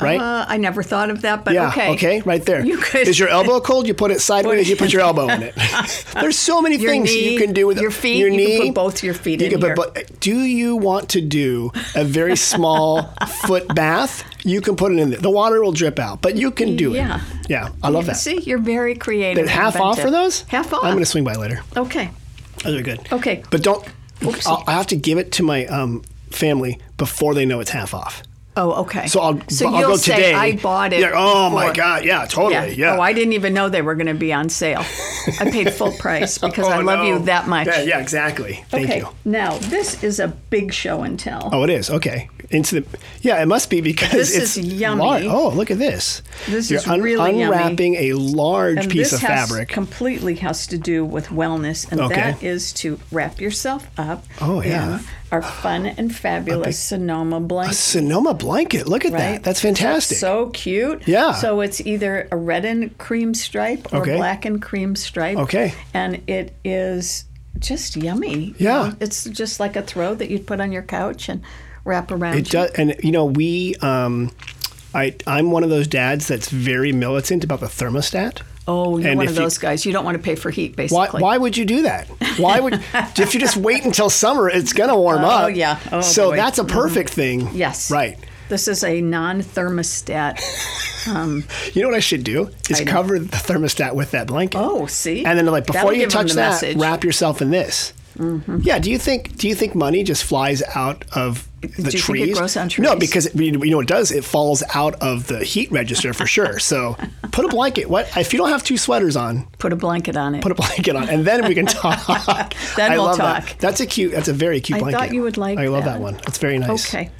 [SPEAKER 1] right?
[SPEAKER 2] Uh, I never thought of that, but
[SPEAKER 1] yeah.
[SPEAKER 2] okay.
[SPEAKER 1] Right there. Is
[SPEAKER 2] You could-
[SPEAKER 1] your elbow cold? You put it sideways. you put your elbow in it. There's so many
[SPEAKER 2] Your
[SPEAKER 1] things
[SPEAKER 2] knee,
[SPEAKER 1] you can do with
[SPEAKER 2] your feet,
[SPEAKER 1] Your
[SPEAKER 2] you
[SPEAKER 1] knee.
[SPEAKER 2] can put both your feet
[SPEAKER 1] You
[SPEAKER 2] in
[SPEAKER 1] can put
[SPEAKER 2] here.
[SPEAKER 1] bo- do you want to do a very small foot bath? You can put it in there. The water will drip out, but you can do
[SPEAKER 2] Yeah.
[SPEAKER 1] it. Yeah. I love that.
[SPEAKER 2] See, you're very creative.
[SPEAKER 1] They're half off for
[SPEAKER 2] inventive.
[SPEAKER 1] those?
[SPEAKER 2] Half off.
[SPEAKER 1] I'm going to swing by later.
[SPEAKER 2] Okay.
[SPEAKER 1] Those are good.
[SPEAKER 2] Okay.
[SPEAKER 1] But don't.
[SPEAKER 2] Oopsie.
[SPEAKER 1] I'll, I have to give it to my um, family before they know it's half off.
[SPEAKER 2] Oh, okay.
[SPEAKER 1] So I'll,
[SPEAKER 2] So
[SPEAKER 1] I'll
[SPEAKER 2] you'll
[SPEAKER 1] go
[SPEAKER 2] say,
[SPEAKER 1] today.
[SPEAKER 2] I bought it.
[SPEAKER 1] Yeah, oh my
[SPEAKER 2] before."
[SPEAKER 1] God. Yeah,
[SPEAKER 2] Yeah.
[SPEAKER 1] totally. Yeah.
[SPEAKER 2] Oh, I didn't even know they were going to be on sale. I paid full price because
[SPEAKER 1] Oh,
[SPEAKER 2] I love
[SPEAKER 1] no.
[SPEAKER 2] you that much.
[SPEAKER 1] Yeah, yeah, exactly. Thank
[SPEAKER 2] okay.
[SPEAKER 1] you.
[SPEAKER 2] Now this is a big show and tell.
[SPEAKER 1] Oh, it is. Okay. Into the yeah, it must be because
[SPEAKER 2] This
[SPEAKER 1] it's
[SPEAKER 2] is yummy.
[SPEAKER 1] lar- Oh, look at this.
[SPEAKER 2] This
[SPEAKER 1] You're
[SPEAKER 2] is really yummy.
[SPEAKER 1] unwrapping a large
[SPEAKER 2] and
[SPEAKER 1] piece
[SPEAKER 2] this
[SPEAKER 1] of
[SPEAKER 2] has,
[SPEAKER 1] fabric.
[SPEAKER 2] completely has to do with wellness, and
[SPEAKER 1] Okay.
[SPEAKER 2] that is to wrap yourself up.
[SPEAKER 1] Oh, yeah.
[SPEAKER 2] in our fun and fabulous Sonoma blanket.
[SPEAKER 1] Sonoma blanket. Look at
[SPEAKER 2] Right?
[SPEAKER 1] that. That's fantastic.
[SPEAKER 2] So cute.
[SPEAKER 1] Yeah.
[SPEAKER 2] So it's either a red and cream stripe or
[SPEAKER 1] Okay.
[SPEAKER 2] black and cream stripe.
[SPEAKER 1] Okay.
[SPEAKER 2] And it is just yummy. you
[SPEAKER 1] Yeah.
[SPEAKER 2] know? It's just like a throw that you'd put on your couch and wrap around.
[SPEAKER 1] It
[SPEAKER 2] you.
[SPEAKER 1] does, and you know, we. Um, I I'm one of those dads that's very militant about the thermostat.
[SPEAKER 2] Oh, you're
[SPEAKER 1] And
[SPEAKER 2] one
[SPEAKER 1] if
[SPEAKER 2] of
[SPEAKER 1] you-
[SPEAKER 2] those guys. You don't want to pay for heat,
[SPEAKER 1] Why,
[SPEAKER 2] basically.
[SPEAKER 1] why would you do that? Why would if you just wait until summer, it's gonna warm
[SPEAKER 2] Oh,
[SPEAKER 1] up.
[SPEAKER 2] yeah. Oh,
[SPEAKER 1] so
[SPEAKER 2] boy.
[SPEAKER 1] that's a perfect thing.
[SPEAKER 2] Yes.
[SPEAKER 1] Right.
[SPEAKER 2] This is a non thermostat.
[SPEAKER 1] You know what I should do is
[SPEAKER 2] I know.
[SPEAKER 1] cover the thermostat with that blanket.
[SPEAKER 2] Oh, see?
[SPEAKER 1] And then like
[SPEAKER 2] That'll
[SPEAKER 1] before you
[SPEAKER 2] give 'em
[SPEAKER 1] touch
[SPEAKER 2] the
[SPEAKER 1] that,
[SPEAKER 2] message. Mm-hmm.
[SPEAKER 1] wrap yourself in this. Yeah. Do you think do you think money just flies out of the
[SPEAKER 2] you think it
[SPEAKER 1] trees?
[SPEAKER 2] grows on
[SPEAKER 1] No,
[SPEAKER 2] trees?
[SPEAKER 1] because it, you know what it does. It falls out of the heat register for sure. So put a blanket. What if you don't have two sweaters on?
[SPEAKER 2] Put a blanket on it.
[SPEAKER 1] Put a blanket on, and then we can talk.
[SPEAKER 2] Then
[SPEAKER 1] I
[SPEAKER 2] we'll
[SPEAKER 1] love that.
[SPEAKER 2] talk.
[SPEAKER 1] That's a cute. That's a very cute
[SPEAKER 2] I
[SPEAKER 1] blanket.
[SPEAKER 2] thought you would like
[SPEAKER 1] I love that,
[SPEAKER 2] that.
[SPEAKER 1] one. That's very nice.
[SPEAKER 2] okay.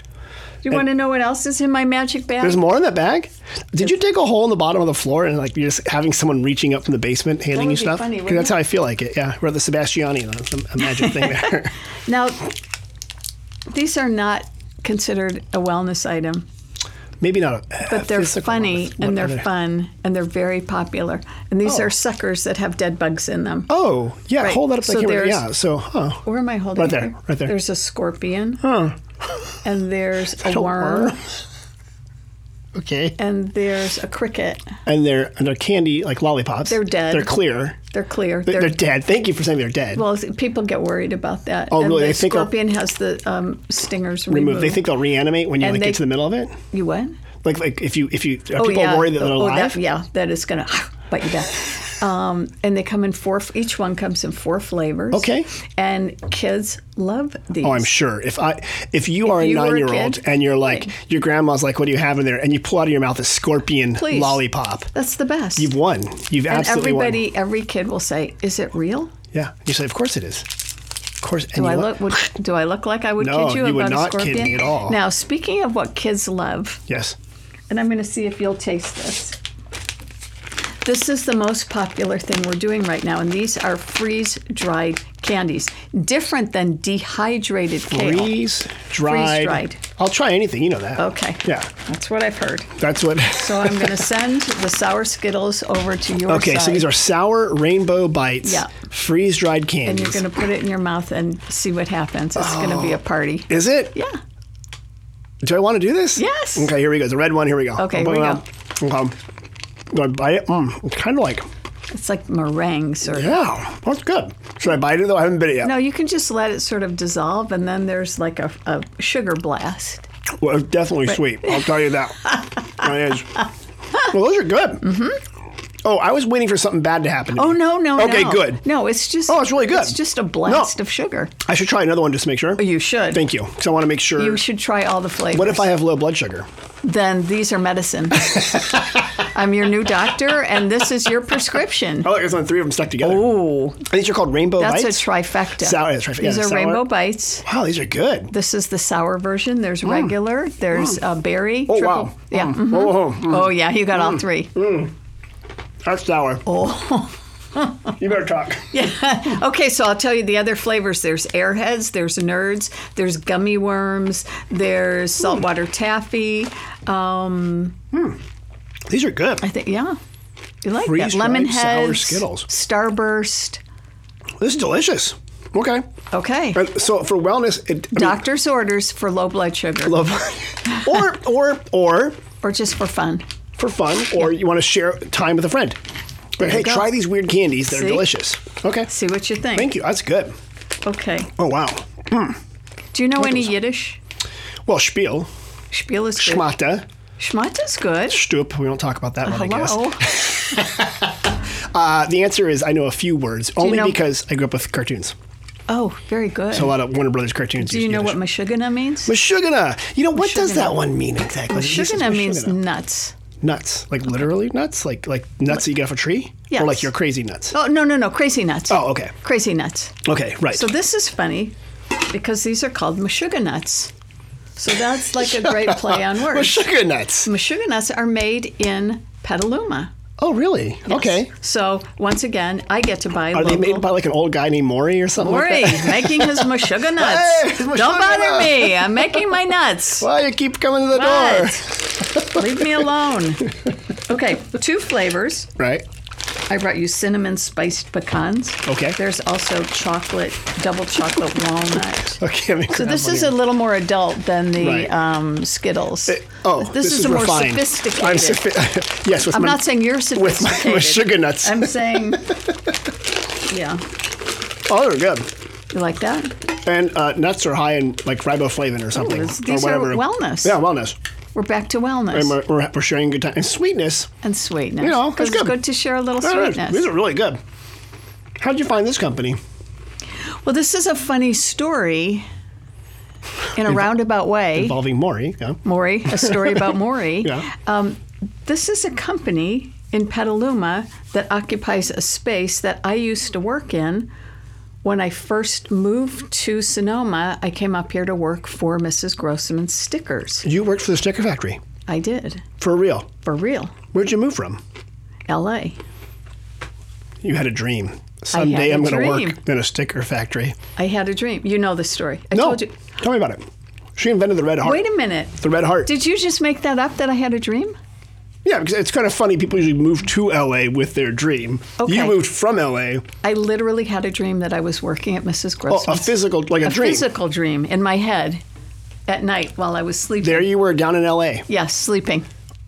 [SPEAKER 2] Do you want to know what else is in my magic bag?
[SPEAKER 1] There's more in that bag. Did you dig a hole in the bottom of the floor and like you're just having someone reaching up from the basement handing
[SPEAKER 2] would
[SPEAKER 1] you
[SPEAKER 2] be
[SPEAKER 1] stuff?
[SPEAKER 2] funny,
[SPEAKER 1] 'Cause
[SPEAKER 2] wouldn't
[SPEAKER 1] that's how I feel like it. Yeah, we're at the Sebastiani, the the magic thing there.
[SPEAKER 2] Now, these are not considered a wellness item,
[SPEAKER 1] Maybe not, a,
[SPEAKER 2] but they're
[SPEAKER 1] physical
[SPEAKER 2] funny
[SPEAKER 1] wellness. What
[SPEAKER 2] and
[SPEAKER 1] are
[SPEAKER 2] they're
[SPEAKER 1] they?
[SPEAKER 2] fun and they're very popular. And these
[SPEAKER 1] Oh.
[SPEAKER 2] are suckers that have dead bugs in them.
[SPEAKER 1] Oh yeah,
[SPEAKER 2] Right,
[SPEAKER 1] hold that up to the
[SPEAKER 2] so
[SPEAKER 1] camera.
[SPEAKER 2] there's-
[SPEAKER 1] Yeah, so huh?
[SPEAKER 2] Where am I holding
[SPEAKER 1] Right
[SPEAKER 2] it
[SPEAKER 1] there,
[SPEAKER 2] here?
[SPEAKER 1] right there.
[SPEAKER 2] There's a scorpion. Huh. And there's a
[SPEAKER 1] Don't
[SPEAKER 2] worm.
[SPEAKER 1] worry. okay,
[SPEAKER 2] And there's a cricket.
[SPEAKER 1] and they're and they're candy like lollipops.
[SPEAKER 2] They're dead.
[SPEAKER 1] They're clear.
[SPEAKER 2] They're clear.
[SPEAKER 1] They're, they're dead. Thank you for saying they're dead.
[SPEAKER 2] well, people get worried about that.
[SPEAKER 1] Oh,
[SPEAKER 2] and
[SPEAKER 1] really?
[SPEAKER 2] The
[SPEAKER 1] They think they'll-
[SPEAKER 2] scorpion has the um, stingers
[SPEAKER 1] Remove.
[SPEAKER 2] removed.
[SPEAKER 1] They think they'll reanimate when you
[SPEAKER 2] And
[SPEAKER 1] like,
[SPEAKER 2] they-
[SPEAKER 1] get to the middle of it.
[SPEAKER 2] you what?
[SPEAKER 1] Like like if you if you are
[SPEAKER 2] Oh,
[SPEAKER 1] people
[SPEAKER 2] yeah.
[SPEAKER 1] worried that they're
[SPEAKER 2] oh,
[SPEAKER 1] alive.
[SPEAKER 2] That, yeah, that is going to bite you back. Um, and they come in four. Each one comes in four flavors.
[SPEAKER 1] Okay.
[SPEAKER 2] And kids love these.
[SPEAKER 1] Oh, I'm sure. If I, if you are a
[SPEAKER 2] you were a
[SPEAKER 1] nine year old
[SPEAKER 2] kid,
[SPEAKER 1] and you're like, your grandma's like, what do you have in there? And you pull out of your mouth a scorpion
[SPEAKER 2] Please.
[SPEAKER 1] lollipop.
[SPEAKER 2] That's the best.
[SPEAKER 1] You've won. You've
[SPEAKER 2] and
[SPEAKER 1] absolutely
[SPEAKER 2] everybody, every kid will say, "Is it real?
[SPEAKER 1] won. Yeah. You say, of course it is. Of course. And you
[SPEAKER 2] Do I
[SPEAKER 1] lo-
[SPEAKER 2] look? Would, do I look like I would
[SPEAKER 1] No,
[SPEAKER 2] kid you,
[SPEAKER 1] you would
[SPEAKER 2] about
[SPEAKER 1] not
[SPEAKER 2] a
[SPEAKER 1] kid
[SPEAKER 2] scorpion?"
[SPEAKER 1] me at all.
[SPEAKER 2] Now, speaking of what kids love,
[SPEAKER 1] Yes.
[SPEAKER 2] and I'm going to see if you'll taste this. This is the most popular thing we're doing right now, and these are freeze dried candies, different than dehydrated kale.
[SPEAKER 1] Freeze dried.
[SPEAKER 2] dried.
[SPEAKER 1] I'll try anything. You know that.
[SPEAKER 2] Okay.
[SPEAKER 1] Yeah.
[SPEAKER 2] That's what I've heard.
[SPEAKER 1] That's what.
[SPEAKER 2] So I'm going to send the sour Skittles over to your
[SPEAKER 1] okay.
[SPEAKER 2] side.
[SPEAKER 1] So these are sour rainbow bites.
[SPEAKER 2] Yeah.
[SPEAKER 1] Freeze dried
[SPEAKER 2] And
[SPEAKER 1] candies.
[SPEAKER 2] you're going to put it in your mouth and see what happens. It's going to be a party.
[SPEAKER 1] is Oh. it?
[SPEAKER 2] Yeah.
[SPEAKER 1] Do I want to do this?
[SPEAKER 2] Yes.
[SPEAKER 1] Okay, here we go. The red one. Here we go.
[SPEAKER 2] Okay, here we go.
[SPEAKER 1] Okay. Do I bite it? Mm, it's kind of like,
[SPEAKER 2] It's like meringues or.
[SPEAKER 1] yeah, that's good. Should I bite it though? I haven't bit it yet.
[SPEAKER 2] No, you can just let it sort of dissolve, and then there's like a, a sugar blast.
[SPEAKER 1] Well, it's definitely sweet. I'll tell you that. it is. Well, those are good. Mm-hmm. Oh, I was waiting for something bad to happen. to
[SPEAKER 2] Oh
[SPEAKER 1] me.
[SPEAKER 2] no, no,
[SPEAKER 1] Okay,
[SPEAKER 2] no.
[SPEAKER 1] good.
[SPEAKER 2] No, it's just.
[SPEAKER 1] Oh, it's really good.
[SPEAKER 2] It's just a blast
[SPEAKER 1] No.
[SPEAKER 2] of sugar.
[SPEAKER 1] I should try another one just to make sure.
[SPEAKER 2] You should.
[SPEAKER 1] Thank you, because I want to make sure.
[SPEAKER 2] You should try all the flavors.
[SPEAKER 1] what if I have low blood sugar?
[SPEAKER 2] Then these are medicine. I'm your new doctor, and this is your prescription.
[SPEAKER 1] Oh, look, it's on three of them stuck together.
[SPEAKER 2] Oh,
[SPEAKER 1] And These are called rainbow
[SPEAKER 2] that's
[SPEAKER 1] bites.
[SPEAKER 2] a trifecta.
[SPEAKER 1] Sour- yeah, trifecta,
[SPEAKER 2] These
[SPEAKER 1] yeah,
[SPEAKER 2] are
[SPEAKER 1] sour.
[SPEAKER 2] rainbow bites.
[SPEAKER 1] wow, these are good.
[SPEAKER 2] This is the sour version. There's regular. There's uh, berry.
[SPEAKER 1] Mm. Oh
[SPEAKER 2] triple-
[SPEAKER 1] wow.
[SPEAKER 2] Yeah.
[SPEAKER 1] Mm.
[SPEAKER 2] mhm.
[SPEAKER 1] Oh, mm.
[SPEAKER 2] Oh yeah, you got all three.
[SPEAKER 1] that's sour.
[SPEAKER 2] Oh.
[SPEAKER 1] You better talk.
[SPEAKER 2] Okay, so I'll tell you the other flavors. There's airheads, there's nerds, there's gummy worms, there's
[SPEAKER 1] Mm.
[SPEAKER 2] saltwater taffy. Um,
[SPEAKER 1] These are good.
[SPEAKER 2] I think yeah, you like
[SPEAKER 1] Freeze-dried
[SPEAKER 2] that lemon
[SPEAKER 1] sour
[SPEAKER 2] heads,
[SPEAKER 1] Skittles.
[SPEAKER 2] starburst.
[SPEAKER 1] This is delicious. Okay.
[SPEAKER 2] Okay,
[SPEAKER 1] And So for wellness, it, I mean,
[SPEAKER 2] doctor's orders for low blood sugar,
[SPEAKER 1] love, or or or
[SPEAKER 2] or just for fun.
[SPEAKER 1] for fun, or you want to share time with a friend. But hey,
[SPEAKER 2] you go.
[SPEAKER 1] try these weird candies. They're
[SPEAKER 2] See?
[SPEAKER 1] delicious. Okay.
[SPEAKER 2] See what you think.
[SPEAKER 1] Thank you. That's good.
[SPEAKER 2] Okay.
[SPEAKER 1] Oh wow.
[SPEAKER 2] Do you know any Yiddish?
[SPEAKER 1] Well, Spiel,
[SPEAKER 2] Spiel is good.
[SPEAKER 1] Schmata,
[SPEAKER 2] Schmat is good.
[SPEAKER 1] Stup. We don't talk about that one. I guess.
[SPEAKER 2] Hello.
[SPEAKER 1] Uh, the answer is I know a few words, only
[SPEAKER 2] know-
[SPEAKER 1] because I grew up with cartoons.
[SPEAKER 2] Oh, very good.
[SPEAKER 1] A lot of Warner Brothers cartoons.
[SPEAKER 2] Do you know what mashugana means?
[SPEAKER 1] Mashugana. You know what does
[SPEAKER 2] Mashugana.
[SPEAKER 1] that one mean exactly? This is
[SPEAKER 2] Mashugana means
[SPEAKER 1] mashugana.
[SPEAKER 2] nuts.
[SPEAKER 1] nuts, like literally nuts, like like nuts that you get off a tree, or like
[SPEAKER 2] Yes.
[SPEAKER 1] your crazy nuts.
[SPEAKER 2] Oh no no no! Crazy nuts.
[SPEAKER 1] Oh, okay,
[SPEAKER 2] Crazy nuts.
[SPEAKER 1] okay, right.
[SPEAKER 2] So this is funny because these are called mashuga nuts. So that's like a great play on words.
[SPEAKER 1] Mashuga nuts.
[SPEAKER 2] Mashuga nuts are made in Petaluma.
[SPEAKER 1] Oh, really? Okay.
[SPEAKER 2] So once again, I get to buy
[SPEAKER 1] Are
[SPEAKER 2] local.
[SPEAKER 1] they made by like an old guy named Maury or something?
[SPEAKER 2] Maury,
[SPEAKER 1] Like that?
[SPEAKER 2] making his mashuga nuts.
[SPEAKER 1] Hey, it's
[SPEAKER 2] Don't
[SPEAKER 1] mashuga
[SPEAKER 2] bother
[SPEAKER 1] nuts.
[SPEAKER 2] me. I'm making my nuts.
[SPEAKER 1] Why you keep coming to the door?
[SPEAKER 2] But leave me alone. Okay, two flavors.
[SPEAKER 1] Right.
[SPEAKER 2] I brought you cinnamon spiced pecans.
[SPEAKER 1] Okay.
[SPEAKER 2] There's also chocolate, double chocolate walnut.
[SPEAKER 1] Okay. I'm
[SPEAKER 2] So this is a little more adult than the
[SPEAKER 1] Right.
[SPEAKER 2] um, Skittles.
[SPEAKER 1] Oh,
[SPEAKER 2] this, is, a more
[SPEAKER 1] refined.
[SPEAKER 2] sophisticated.
[SPEAKER 1] I'm
[SPEAKER 2] I'm,
[SPEAKER 1] sophi- yes, with my,
[SPEAKER 2] not saying you're
[SPEAKER 1] with my mashuga
[SPEAKER 2] sophisticated.
[SPEAKER 1] nuts.
[SPEAKER 2] I'm saying, yeah,
[SPEAKER 1] oh, they're good.
[SPEAKER 2] you like that?
[SPEAKER 1] And uh, nuts are high in like riboflavin or something,
[SPEAKER 2] it's-
[SPEAKER 1] or
[SPEAKER 2] these are
[SPEAKER 1] whatever.
[SPEAKER 2] wellness.
[SPEAKER 1] Yeah, wellness.
[SPEAKER 2] We're back to wellness
[SPEAKER 1] And
[SPEAKER 2] and,
[SPEAKER 1] we're, we're, we're sharing a good time. And sweetness.
[SPEAKER 2] sweetness.
[SPEAKER 1] You know, that's
[SPEAKER 2] 'cause it's
[SPEAKER 1] good.
[SPEAKER 2] good to share a little
[SPEAKER 1] Yeah, these-
[SPEAKER 2] sweetness.
[SPEAKER 1] These are really good. How'd you find this company?
[SPEAKER 2] well, this is a funny story in a roundabout way.
[SPEAKER 1] Involving Maury. Yeah.
[SPEAKER 2] Maury, a story about Maury.
[SPEAKER 1] Yeah.
[SPEAKER 2] Um, this is a company in Petaluma that occupies a space that I used to work in. When I first moved to Sonoma, I came up here to work for Mrs. Grossman Stickers.
[SPEAKER 1] You worked for the sticker factory.
[SPEAKER 2] I did,
[SPEAKER 1] For real.
[SPEAKER 2] for real,
[SPEAKER 1] Where'd you move from?
[SPEAKER 2] LA.
[SPEAKER 1] You had a dream. Someday
[SPEAKER 2] a
[SPEAKER 1] I'm going to
[SPEAKER 2] dream.
[SPEAKER 1] work in a sticker factory.
[SPEAKER 2] I had a dream. You know the story. I
[SPEAKER 1] No.
[SPEAKER 2] told you.
[SPEAKER 1] Tell me about it. She invented the red heart.
[SPEAKER 2] Wait a minute.
[SPEAKER 1] the red heart.
[SPEAKER 2] Did you just make that up that I had a dream?
[SPEAKER 1] yeah, because it's kind of funny. People usually move to LA with their dream. You
[SPEAKER 2] Okay.
[SPEAKER 1] moved from LA.
[SPEAKER 2] I literally had a dream that I was working at Mrs.
[SPEAKER 1] Oh,
[SPEAKER 2] Grossman.
[SPEAKER 1] a physical, like a,
[SPEAKER 2] a
[SPEAKER 1] dream.
[SPEAKER 2] physical dream in my head at night while I was sleeping.
[SPEAKER 1] there you were down in LA,
[SPEAKER 2] Yes, sleeping.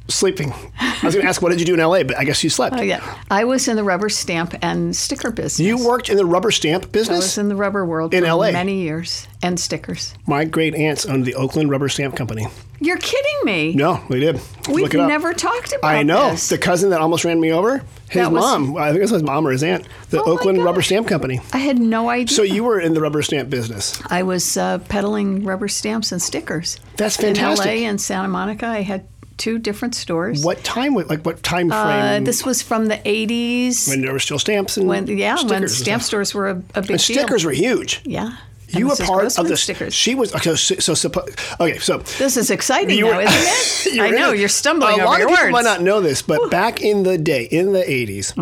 [SPEAKER 1] sleeping. I was going to ask, what did you do in LA? But I guess you slept.
[SPEAKER 2] Oh yeah, I was in the rubber stamp and sticker business.
[SPEAKER 1] You worked in the rubber stamp
[SPEAKER 2] I
[SPEAKER 1] business?
[SPEAKER 2] was in the rubber world
[SPEAKER 1] In
[SPEAKER 2] for
[SPEAKER 1] LA.
[SPEAKER 2] many years and stickers.
[SPEAKER 1] My great aunts owned the Oakland Rubber Stamp Company.
[SPEAKER 2] You're kidding me.
[SPEAKER 1] No, they did.
[SPEAKER 2] We've
[SPEAKER 1] Look it up.
[SPEAKER 2] never talked about
[SPEAKER 1] I know
[SPEAKER 2] this.
[SPEAKER 1] the cousin that almost ran me over. His
[SPEAKER 2] That was-
[SPEAKER 1] mom, I think it was his mom or his aunt, the
[SPEAKER 2] Oh my
[SPEAKER 1] Oakland Rubber
[SPEAKER 2] gosh.
[SPEAKER 1] Stamp Company.
[SPEAKER 2] I had no idea.
[SPEAKER 1] So you were in the rubber stamp business.
[SPEAKER 2] I was uh, peddling rubber stamps and stickers.
[SPEAKER 1] That's
[SPEAKER 2] In
[SPEAKER 1] fantastic.
[SPEAKER 2] LA and Santa Monica, I had two different stores.
[SPEAKER 1] What time? wa- Like what time frame?
[SPEAKER 2] Uh, this was from the 80s.
[SPEAKER 1] when there were still stamps and
[SPEAKER 2] when- yeah,
[SPEAKER 1] stickers
[SPEAKER 2] when
[SPEAKER 1] and
[SPEAKER 2] stamp
[SPEAKER 1] stuff.
[SPEAKER 2] stores were a, a big
[SPEAKER 1] And
[SPEAKER 2] deal.
[SPEAKER 1] stickers were huge.
[SPEAKER 2] Yeah. And
[SPEAKER 1] You were
[SPEAKER 2] Mrs.
[SPEAKER 1] part of
[SPEAKER 2] Grossman
[SPEAKER 1] the
[SPEAKER 2] stickers.
[SPEAKER 1] She was okay. So, so suppo- okay. So
[SPEAKER 2] This is exciting
[SPEAKER 1] You
[SPEAKER 2] now,
[SPEAKER 1] were-
[SPEAKER 2] isn't it?
[SPEAKER 1] you
[SPEAKER 2] I
[SPEAKER 1] were-
[SPEAKER 2] know you're stumbling
[SPEAKER 1] A
[SPEAKER 2] over
[SPEAKER 1] lot
[SPEAKER 2] your
[SPEAKER 1] of people
[SPEAKER 2] words.
[SPEAKER 1] might not know this, but back in the day, in the 80s,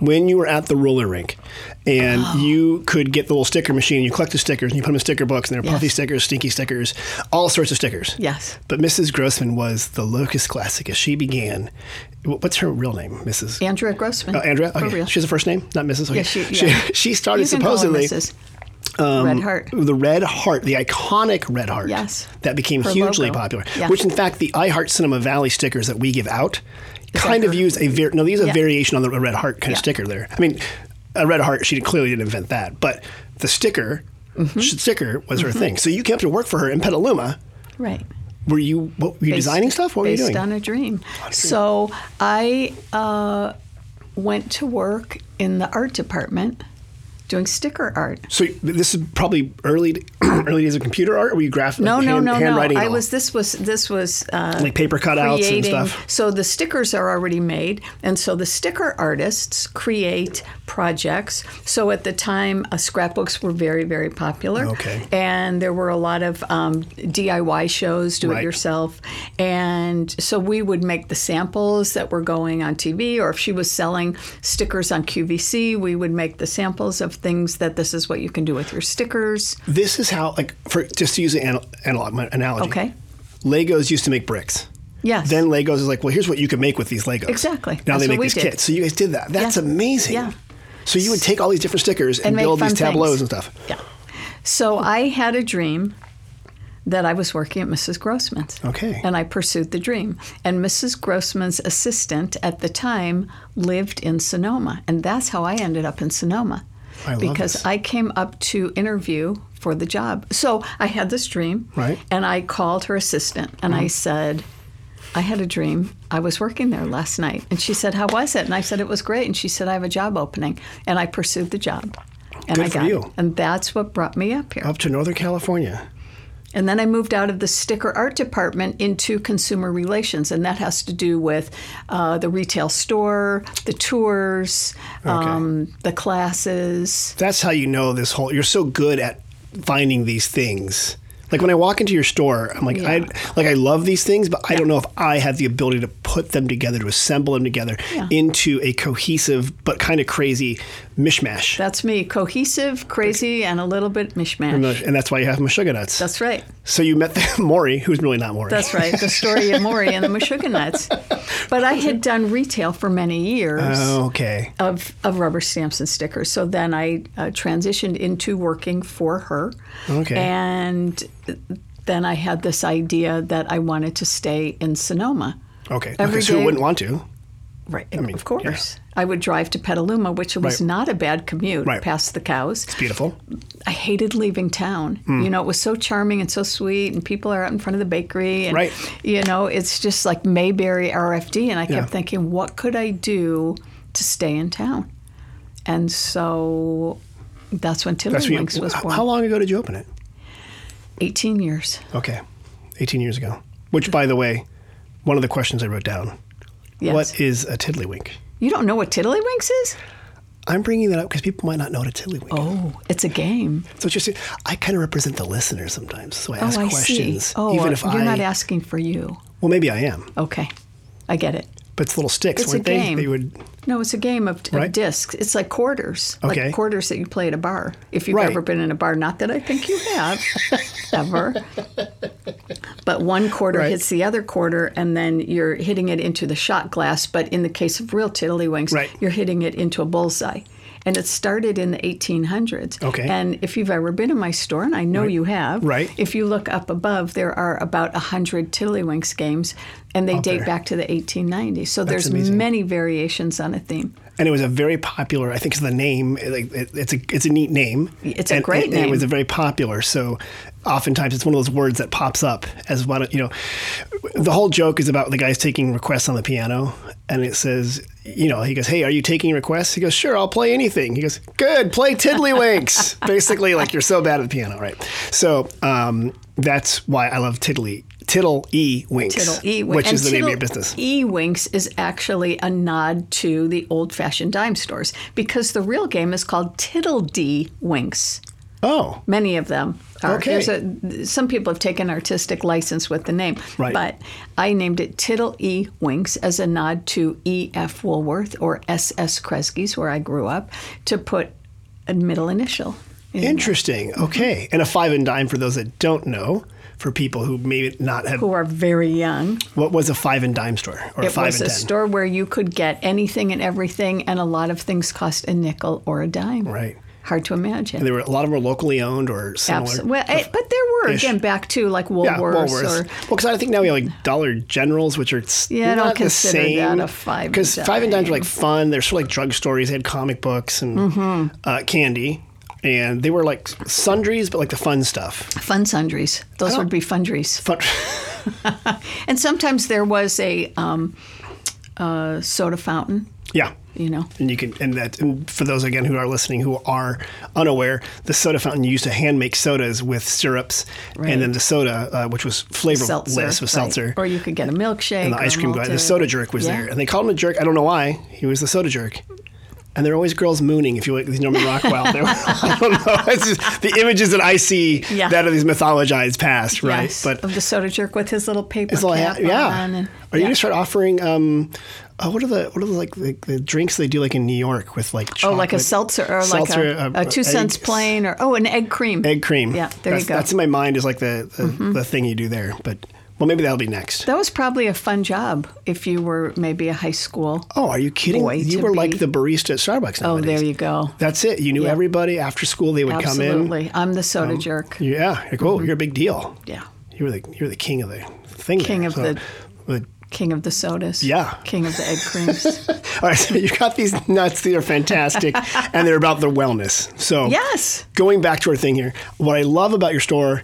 [SPEAKER 1] when you were at the roller rink and
[SPEAKER 2] Oh.
[SPEAKER 1] you could get the little sticker machine, you collect the stickers and you put them in sticker books, and there were puffy
[SPEAKER 2] Yes.
[SPEAKER 1] stickers, stinky stickers, all sorts of stickers.
[SPEAKER 2] Yes.
[SPEAKER 1] But Mrs. Grossman was the locust classic as she began. wh- What's her real name, Mrs.
[SPEAKER 2] Andrea Grossman.
[SPEAKER 1] Oh, Andrea?
[SPEAKER 2] For
[SPEAKER 1] Okay.
[SPEAKER 2] real.
[SPEAKER 1] She's the first name, not Mrs. Okay.
[SPEAKER 2] Yeah, she- yeah.
[SPEAKER 1] she, she started
[SPEAKER 2] You can call her
[SPEAKER 1] supposedly. um,
[SPEAKER 2] Mrs. Red Heart.
[SPEAKER 1] the Red Heart, the iconic Red Heart.
[SPEAKER 2] Yes.
[SPEAKER 1] That became
[SPEAKER 2] Her
[SPEAKER 1] hugely
[SPEAKER 2] logo.
[SPEAKER 1] popular.
[SPEAKER 2] Yeah.
[SPEAKER 1] Which, in fact, the I Heart Cinema Valley stickers that we give out kind
[SPEAKER 2] that
[SPEAKER 1] of
[SPEAKER 2] her-
[SPEAKER 1] use a ver- no. These are
[SPEAKER 2] Yeah.
[SPEAKER 1] variation on the Red Heart kind of
[SPEAKER 2] Yeah.
[SPEAKER 1] sticker. There. I mean, a Red Heart. She clearly didn't invent that, but the sticker,
[SPEAKER 2] Mm-hmm.
[SPEAKER 1] sh- sticker was her thing. So you came up to work for her in Petaluma.
[SPEAKER 2] Right.
[SPEAKER 1] Were you what, were you
[SPEAKER 2] based-
[SPEAKER 1] designing stuff? What were you
[SPEAKER 2] based
[SPEAKER 1] doing?
[SPEAKER 2] on a dream. So I uh, went to work in the art department doing sticker art.
[SPEAKER 1] so this is probably early early days of computer art. Or were you graphic?
[SPEAKER 2] No,
[SPEAKER 1] like
[SPEAKER 2] no,
[SPEAKER 1] hand,
[SPEAKER 2] no, no.
[SPEAKER 1] handwriting and
[SPEAKER 2] I
[SPEAKER 1] all?
[SPEAKER 2] was. This was. This was. Uh,
[SPEAKER 1] like paper cutouts and
[SPEAKER 2] creating.
[SPEAKER 1] stuff.
[SPEAKER 2] So the stickers are already made, and so the sticker artists create projects. So at the time, uh, scrapbooks were very, very popular.
[SPEAKER 1] Okay.
[SPEAKER 2] And there were a lot of um, DIY shows, do
[SPEAKER 1] Right.
[SPEAKER 2] it yourself, and so we would make the samples that were going on TV, or if she was selling stickers on QVC, we would make the samples of things that this is what you can do with your stickers.
[SPEAKER 1] This is how, like, for just to use an anal- analog my analogy.
[SPEAKER 2] Okay.
[SPEAKER 1] Legos used to make bricks.
[SPEAKER 2] Yes.
[SPEAKER 1] Then Legos is like, well, here's what you can make with these Legos.
[SPEAKER 2] Exactly.
[SPEAKER 1] Now
[SPEAKER 2] That's
[SPEAKER 1] they
[SPEAKER 2] what
[SPEAKER 1] make
[SPEAKER 2] we
[SPEAKER 1] these
[SPEAKER 2] did.
[SPEAKER 1] kits. So you guys did that. That's
[SPEAKER 2] Yeah.
[SPEAKER 1] amazing.
[SPEAKER 2] Yeah.
[SPEAKER 1] So you would take all these different stickers and,
[SPEAKER 2] And make
[SPEAKER 1] build these
[SPEAKER 2] fun things.
[SPEAKER 1] tableaus and stuff.
[SPEAKER 2] Yeah. So I had a dream that I was working at Mrs. Grossman's.
[SPEAKER 1] Okay.
[SPEAKER 2] And I pursued the dream. And Mrs. Grossman's assistant at the time lived in Sonoma. And that's how I ended up in Sonoma.
[SPEAKER 1] I love
[SPEAKER 2] because
[SPEAKER 1] this.
[SPEAKER 2] I came up to interview for the job. So I had this dream.
[SPEAKER 1] Right. Mm-hmm.
[SPEAKER 2] And I called her assistant and I said, I had a dream. I was working there last night. And she said, How was it? And I said, It was great. And she said, I have a job opening. And I pursued the job. And
[SPEAKER 1] Good
[SPEAKER 2] I
[SPEAKER 1] for
[SPEAKER 2] got it.
[SPEAKER 1] you.
[SPEAKER 2] And that's what brought me up here.
[SPEAKER 1] Up to Northern California.
[SPEAKER 2] And then I moved out of the sticker art department into consumer relations, and that has to do with uh, the retail store, the tours, um, the classes.
[SPEAKER 1] That's how you know this whole. You're so good at finding these things. Like when I walk into your store, I'm like, I
[SPEAKER 2] Yeah.
[SPEAKER 1] like I love these things, but I don't know if I have the ability to put them together, to assemble them together
[SPEAKER 2] Yeah.
[SPEAKER 1] into a cohesive but kind of crazy mishmash.
[SPEAKER 2] That's me, cohesive, crazy, and a little bit mishmash.
[SPEAKER 1] and that's why you have Meshuggah nuts.
[SPEAKER 2] That's right.
[SPEAKER 1] so you met the Maury, who's really not Maury.
[SPEAKER 2] That's right. The story of Maury and the Meshuggah nuts. But I had done retail for many years.
[SPEAKER 1] Oh, okay.
[SPEAKER 2] of, of rubber stamps and stickers. So then I uh, transitioned into working for her.
[SPEAKER 1] Okay.
[SPEAKER 2] And then I had this idea that I wanted to stay in Sonoma.
[SPEAKER 1] Okay.
[SPEAKER 2] Every
[SPEAKER 1] okay so who
[SPEAKER 2] day-
[SPEAKER 1] wouldn't want to?
[SPEAKER 2] Right.
[SPEAKER 1] mean,
[SPEAKER 2] of course. I would drive to Petaluma, which was
[SPEAKER 1] Right.
[SPEAKER 2] not a bad commute
[SPEAKER 1] Right.
[SPEAKER 2] past the cows.
[SPEAKER 1] Beautiful.
[SPEAKER 2] I hated leaving town.
[SPEAKER 1] Hmm.
[SPEAKER 2] You know, it was so charming and so sweet, and people are out in front of the bakery, and
[SPEAKER 1] Right.
[SPEAKER 2] you know, it's just like Mayberry RFD. And I kept
[SPEAKER 1] Yeah.
[SPEAKER 2] thinking, what could I do to stay in town? And so that's when
[SPEAKER 1] That's what
[SPEAKER 2] Tiddlywinks
[SPEAKER 1] you,
[SPEAKER 2] was born.
[SPEAKER 1] How long ago did you open it?
[SPEAKER 2] 18 years.
[SPEAKER 1] Okay. 18 years ago. Which, by the way, one of the questions I wrote down
[SPEAKER 2] Yes.
[SPEAKER 1] what is a tiddlywink?
[SPEAKER 2] You don't know what Tiddlywinks is?
[SPEAKER 1] I'm bringing that up because people might not know what a tiddlywink is.
[SPEAKER 2] Oh, it's a game.
[SPEAKER 1] So it's just, I kind of represent the listener sometimes. So I ask
[SPEAKER 2] oh, I
[SPEAKER 1] questions.
[SPEAKER 2] see. Oh,
[SPEAKER 1] even if
[SPEAKER 2] you're
[SPEAKER 1] I.
[SPEAKER 2] not asking for you.
[SPEAKER 1] well, maybe I am.
[SPEAKER 2] Okay, I get it.
[SPEAKER 1] But it's little sticks,
[SPEAKER 2] It's a
[SPEAKER 1] weren't they?
[SPEAKER 2] game.
[SPEAKER 1] They would.
[SPEAKER 2] No, it's a game of, of
[SPEAKER 1] Right.
[SPEAKER 2] discs. It's like quarters,
[SPEAKER 1] Okay.
[SPEAKER 2] like quarters that you play at a bar. If you've
[SPEAKER 1] Right.
[SPEAKER 2] ever been in a bar, not that I think you have ever, but one quarter
[SPEAKER 1] Right.
[SPEAKER 2] hits the other quarter, and then you're hitting it into the shot glass. But in the case of real tiddlywinks,
[SPEAKER 1] Right.
[SPEAKER 2] you're hitting it into a bullseye. And it started in the 1800s.
[SPEAKER 1] Okay.
[SPEAKER 2] And if you've ever been in my store, and I know you have,
[SPEAKER 1] Right.
[SPEAKER 2] if you look up above, there are about 100 tiddlywinks games, and they date
[SPEAKER 1] there.
[SPEAKER 2] back to the 1890s. So there's
[SPEAKER 1] amazing.
[SPEAKER 2] many variations on a theme.
[SPEAKER 1] and it was a very popular. I think 'cause the name, like it, it's a it's a neat name.
[SPEAKER 2] It's a
[SPEAKER 1] And-
[SPEAKER 2] great
[SPEAKER 1] and It was
[SPEAKER 2] name.
[SPEAKER 1] a very popular. So, oftentimes it's one of those words that pops up as one. of- You know, the whole joke is about the guy's taking requests on the piano, and it says, you know, he goes, "Hey, are you taking requests?" He goes, "Sure, I'll play anything." He goes, "Good, play Tiddlywinks." Basically, like you're so bad at the piano, right? So um, that's why I love Tiddly. Tiddle E Winks,
[SPEAKER 2] Tiddle E Winks.
[SPEAKER 1] which
[SPEAKER 2] and
[SPEAKER 1] is the name of your
[SPEAKER 2] Tiddle
[SPEAKER 1] business.
[SPEAKER 2] E Winks is actually a nod to the old fashioned dime stores because the real game is called Tiddle D Winks.
[SPEAKER 1] Oh,
[SPEAKER 2] Many of them are.
[SPEAKER 1] Okay.
[SPEAKER 2] There's a, some people have taken artistic license with the name.
[SPEAKER 1] Right.
[SPEAKER 2] But I named it Tiddle E Winks as a nod to E.F. Woolworth or S.S. Kresge's, where I grew up, to put a middle initial. in there.
[SPEAKER 1] Interesting. Okay. And a five and dime for those that don't know, for people who maybe not have
[SPEAKER 2] Who are very young.
[SPEAKER 1] what was a five and dime store or a
[SPEAKER 2] It
[SPEAKER 1] five
[SPEAKER 2] was
[SPEAKER 1] and
[SPEAKER 2] a
[SPEAKER 1] ten.
[SPEAKER 2] store where you could get anything and everything, and a lot of things cost a nickel or a dime.
[SPEAKER 1] Right.
[SPEAKER 2] hard to imagine.
[SPEAKER 1] And there were a lot of them were locally owned or similar.
[SPEAKER 2] Abs- well, eh, but there were
[SPEAKER 1] Ish.
[SPEAKER 2] again back to like
[SPEAKER 1] Yeah,
[SPEAKER 2] Woolworths,
[SPEAKER 1] Woolworths. Well,
[SPEAKER 2] or
[SPEAKER 1] because I think now we have like Dollar Generals, which are s-
[SPEAKER 2] Yeah, I
[SPEAKER 1] not
[SPEAKER 2] don't
[SPEAKER 1] the
[SPEAKER 2] consider that
[SPEAKER 1] same.
[SPEAKER 2] a Five and
[SPEAKER 1] because Five and Dines were like fun. They're sort of like drugstores. They had comic books and
[SPEAKER 2] Mm-hmm.
[SPEAKER 1] uh, candy, and they were like sundries, but like the fun stuff.
[SPEAKER 2] fun sundries.
[SPEAKER 1] Oh.
[SPEAKER 2] Those would be fundries.
[SPEAKER 1] Fun.
[SPEAKER 2] And sometimes there was a um, uh, soda fountain,
[SPEAKER 1] yeah.
[SPEAKER 2] you know.
[SPEAKER 1] And you can, and that, and for those again who are listening who are unaware, the soda fountain used to hand make sodas with syrups,
[SPEAKER 2] Right.
[SPEAKER 1] and then the soda, uh, which was flavorless,
[SPEAKER 2] Seltzer,
[SPEAKER 1] was
[SPEAKER 2] right.
[SPEAKER 1] seltzer.
[SPEAKER 2] or you could get a milkshake,
[SPEAKER 1] and the
[SPEAKER 2] or
[SPEAKER 1] ice
[SPEAKER 2] a
[SPEAKER 1] cream guy, the
[SPEAKER 2] malted-
[SPEAKER 1] soda jerk, was
[SPEAKER 2] Yeah.
[SPEAKER 1] there, and they called him a jerk. I don't know why. He was the soda jerk. And there are always girls mooning. If you like these Norman Rockwell, there were, I don't know. It's just the images that I see
[SPEAKER 2] Yeah.
[SPEAKER 1] that are these mythologized past, right?
[SPEAKER 2] Yes,
[SPEAKER 1] But
[SPEAKER 2] of the soda jerk with his little paper
[SPEAKER 1] it's all I
[SPEAKER 2] cap
[SPEAKER 1] ha- yeah.
[SPEAKER 2] on, and,
[SPEAKER 1] are you
[SPEAKER 2] yeah.
[SPEAKER 1] gonna start offering? Um, oh, what are the what are the like the, the drinks they do like in New York with like
[SPEAKER 2] Oh,
[SPEAKER 1] chocolate?
[SPEAKER 2] like a seltzer or
[SPEAKER 1] Seltzer,
[SPEAKER 2] like
[SPEAKER 1] uh,
[SPEAKER 2] a, a two
[SPEAKER 1] egg-
[SPEAKER 2] cents plain or oh, an egg cream.
[SPEAKER 1] egg cream?
[SPEAKER 2] Yeah, there
[SPEAKER 1] that's,
[SPEAKER 2] you go. Mm-hmm.
[SPEAKER 1] That's in my mind is like the the, the thing you do there. But well, maybe that'll be next.
[SPEAKER 2] that was probably a fun job if you were maybe a high school.
[SPEAKER 1] oh, are you kidding?
[SPEAKER 2] Boy
[SPEAKER 1] you
[SPEAKER 2] to
[SPEAKER 1] were like
[SPEAKER 2] be.
[SPEAKER 1] the barista at Starbucks.
[SPEAKER 2] Oh,
[SPEAKER 1] nowadays.
[SPEAKER 2] there you go.
[SPEAKER 1] That's it. You knew
[SPEAKER 2] Yeah.
[SPEAKER 1] everybody after school. They would come in. Um,
[SPEAKER 2] Absolutely, I'm the soda jerk.
[SPEAKER 1] Yeah, like, oh, you're a big deal.
[SPEAKER 2] Yeah,
[SPEAKER 1] You were the you were the king of the thing.
[SPEAKER 2] King
[SPEAKER 1] there.
[SPEAKER 2] of
[SPEAKER 1] So,
[SPEAKER 2] the-
[SPEAKER 1] but-
[SPEAKER 2] king of the sodas.
[SPEAKER 1] Yeah.
[SPEAKER 2] king of the egg creams.
[SPEAKER 1] all right, so you got these nuts. These are fantastic, and they're about the wellness. So
[SPEAKER 2] yes,
[SPEAKER 1] going back to our thing here, what I love about your store,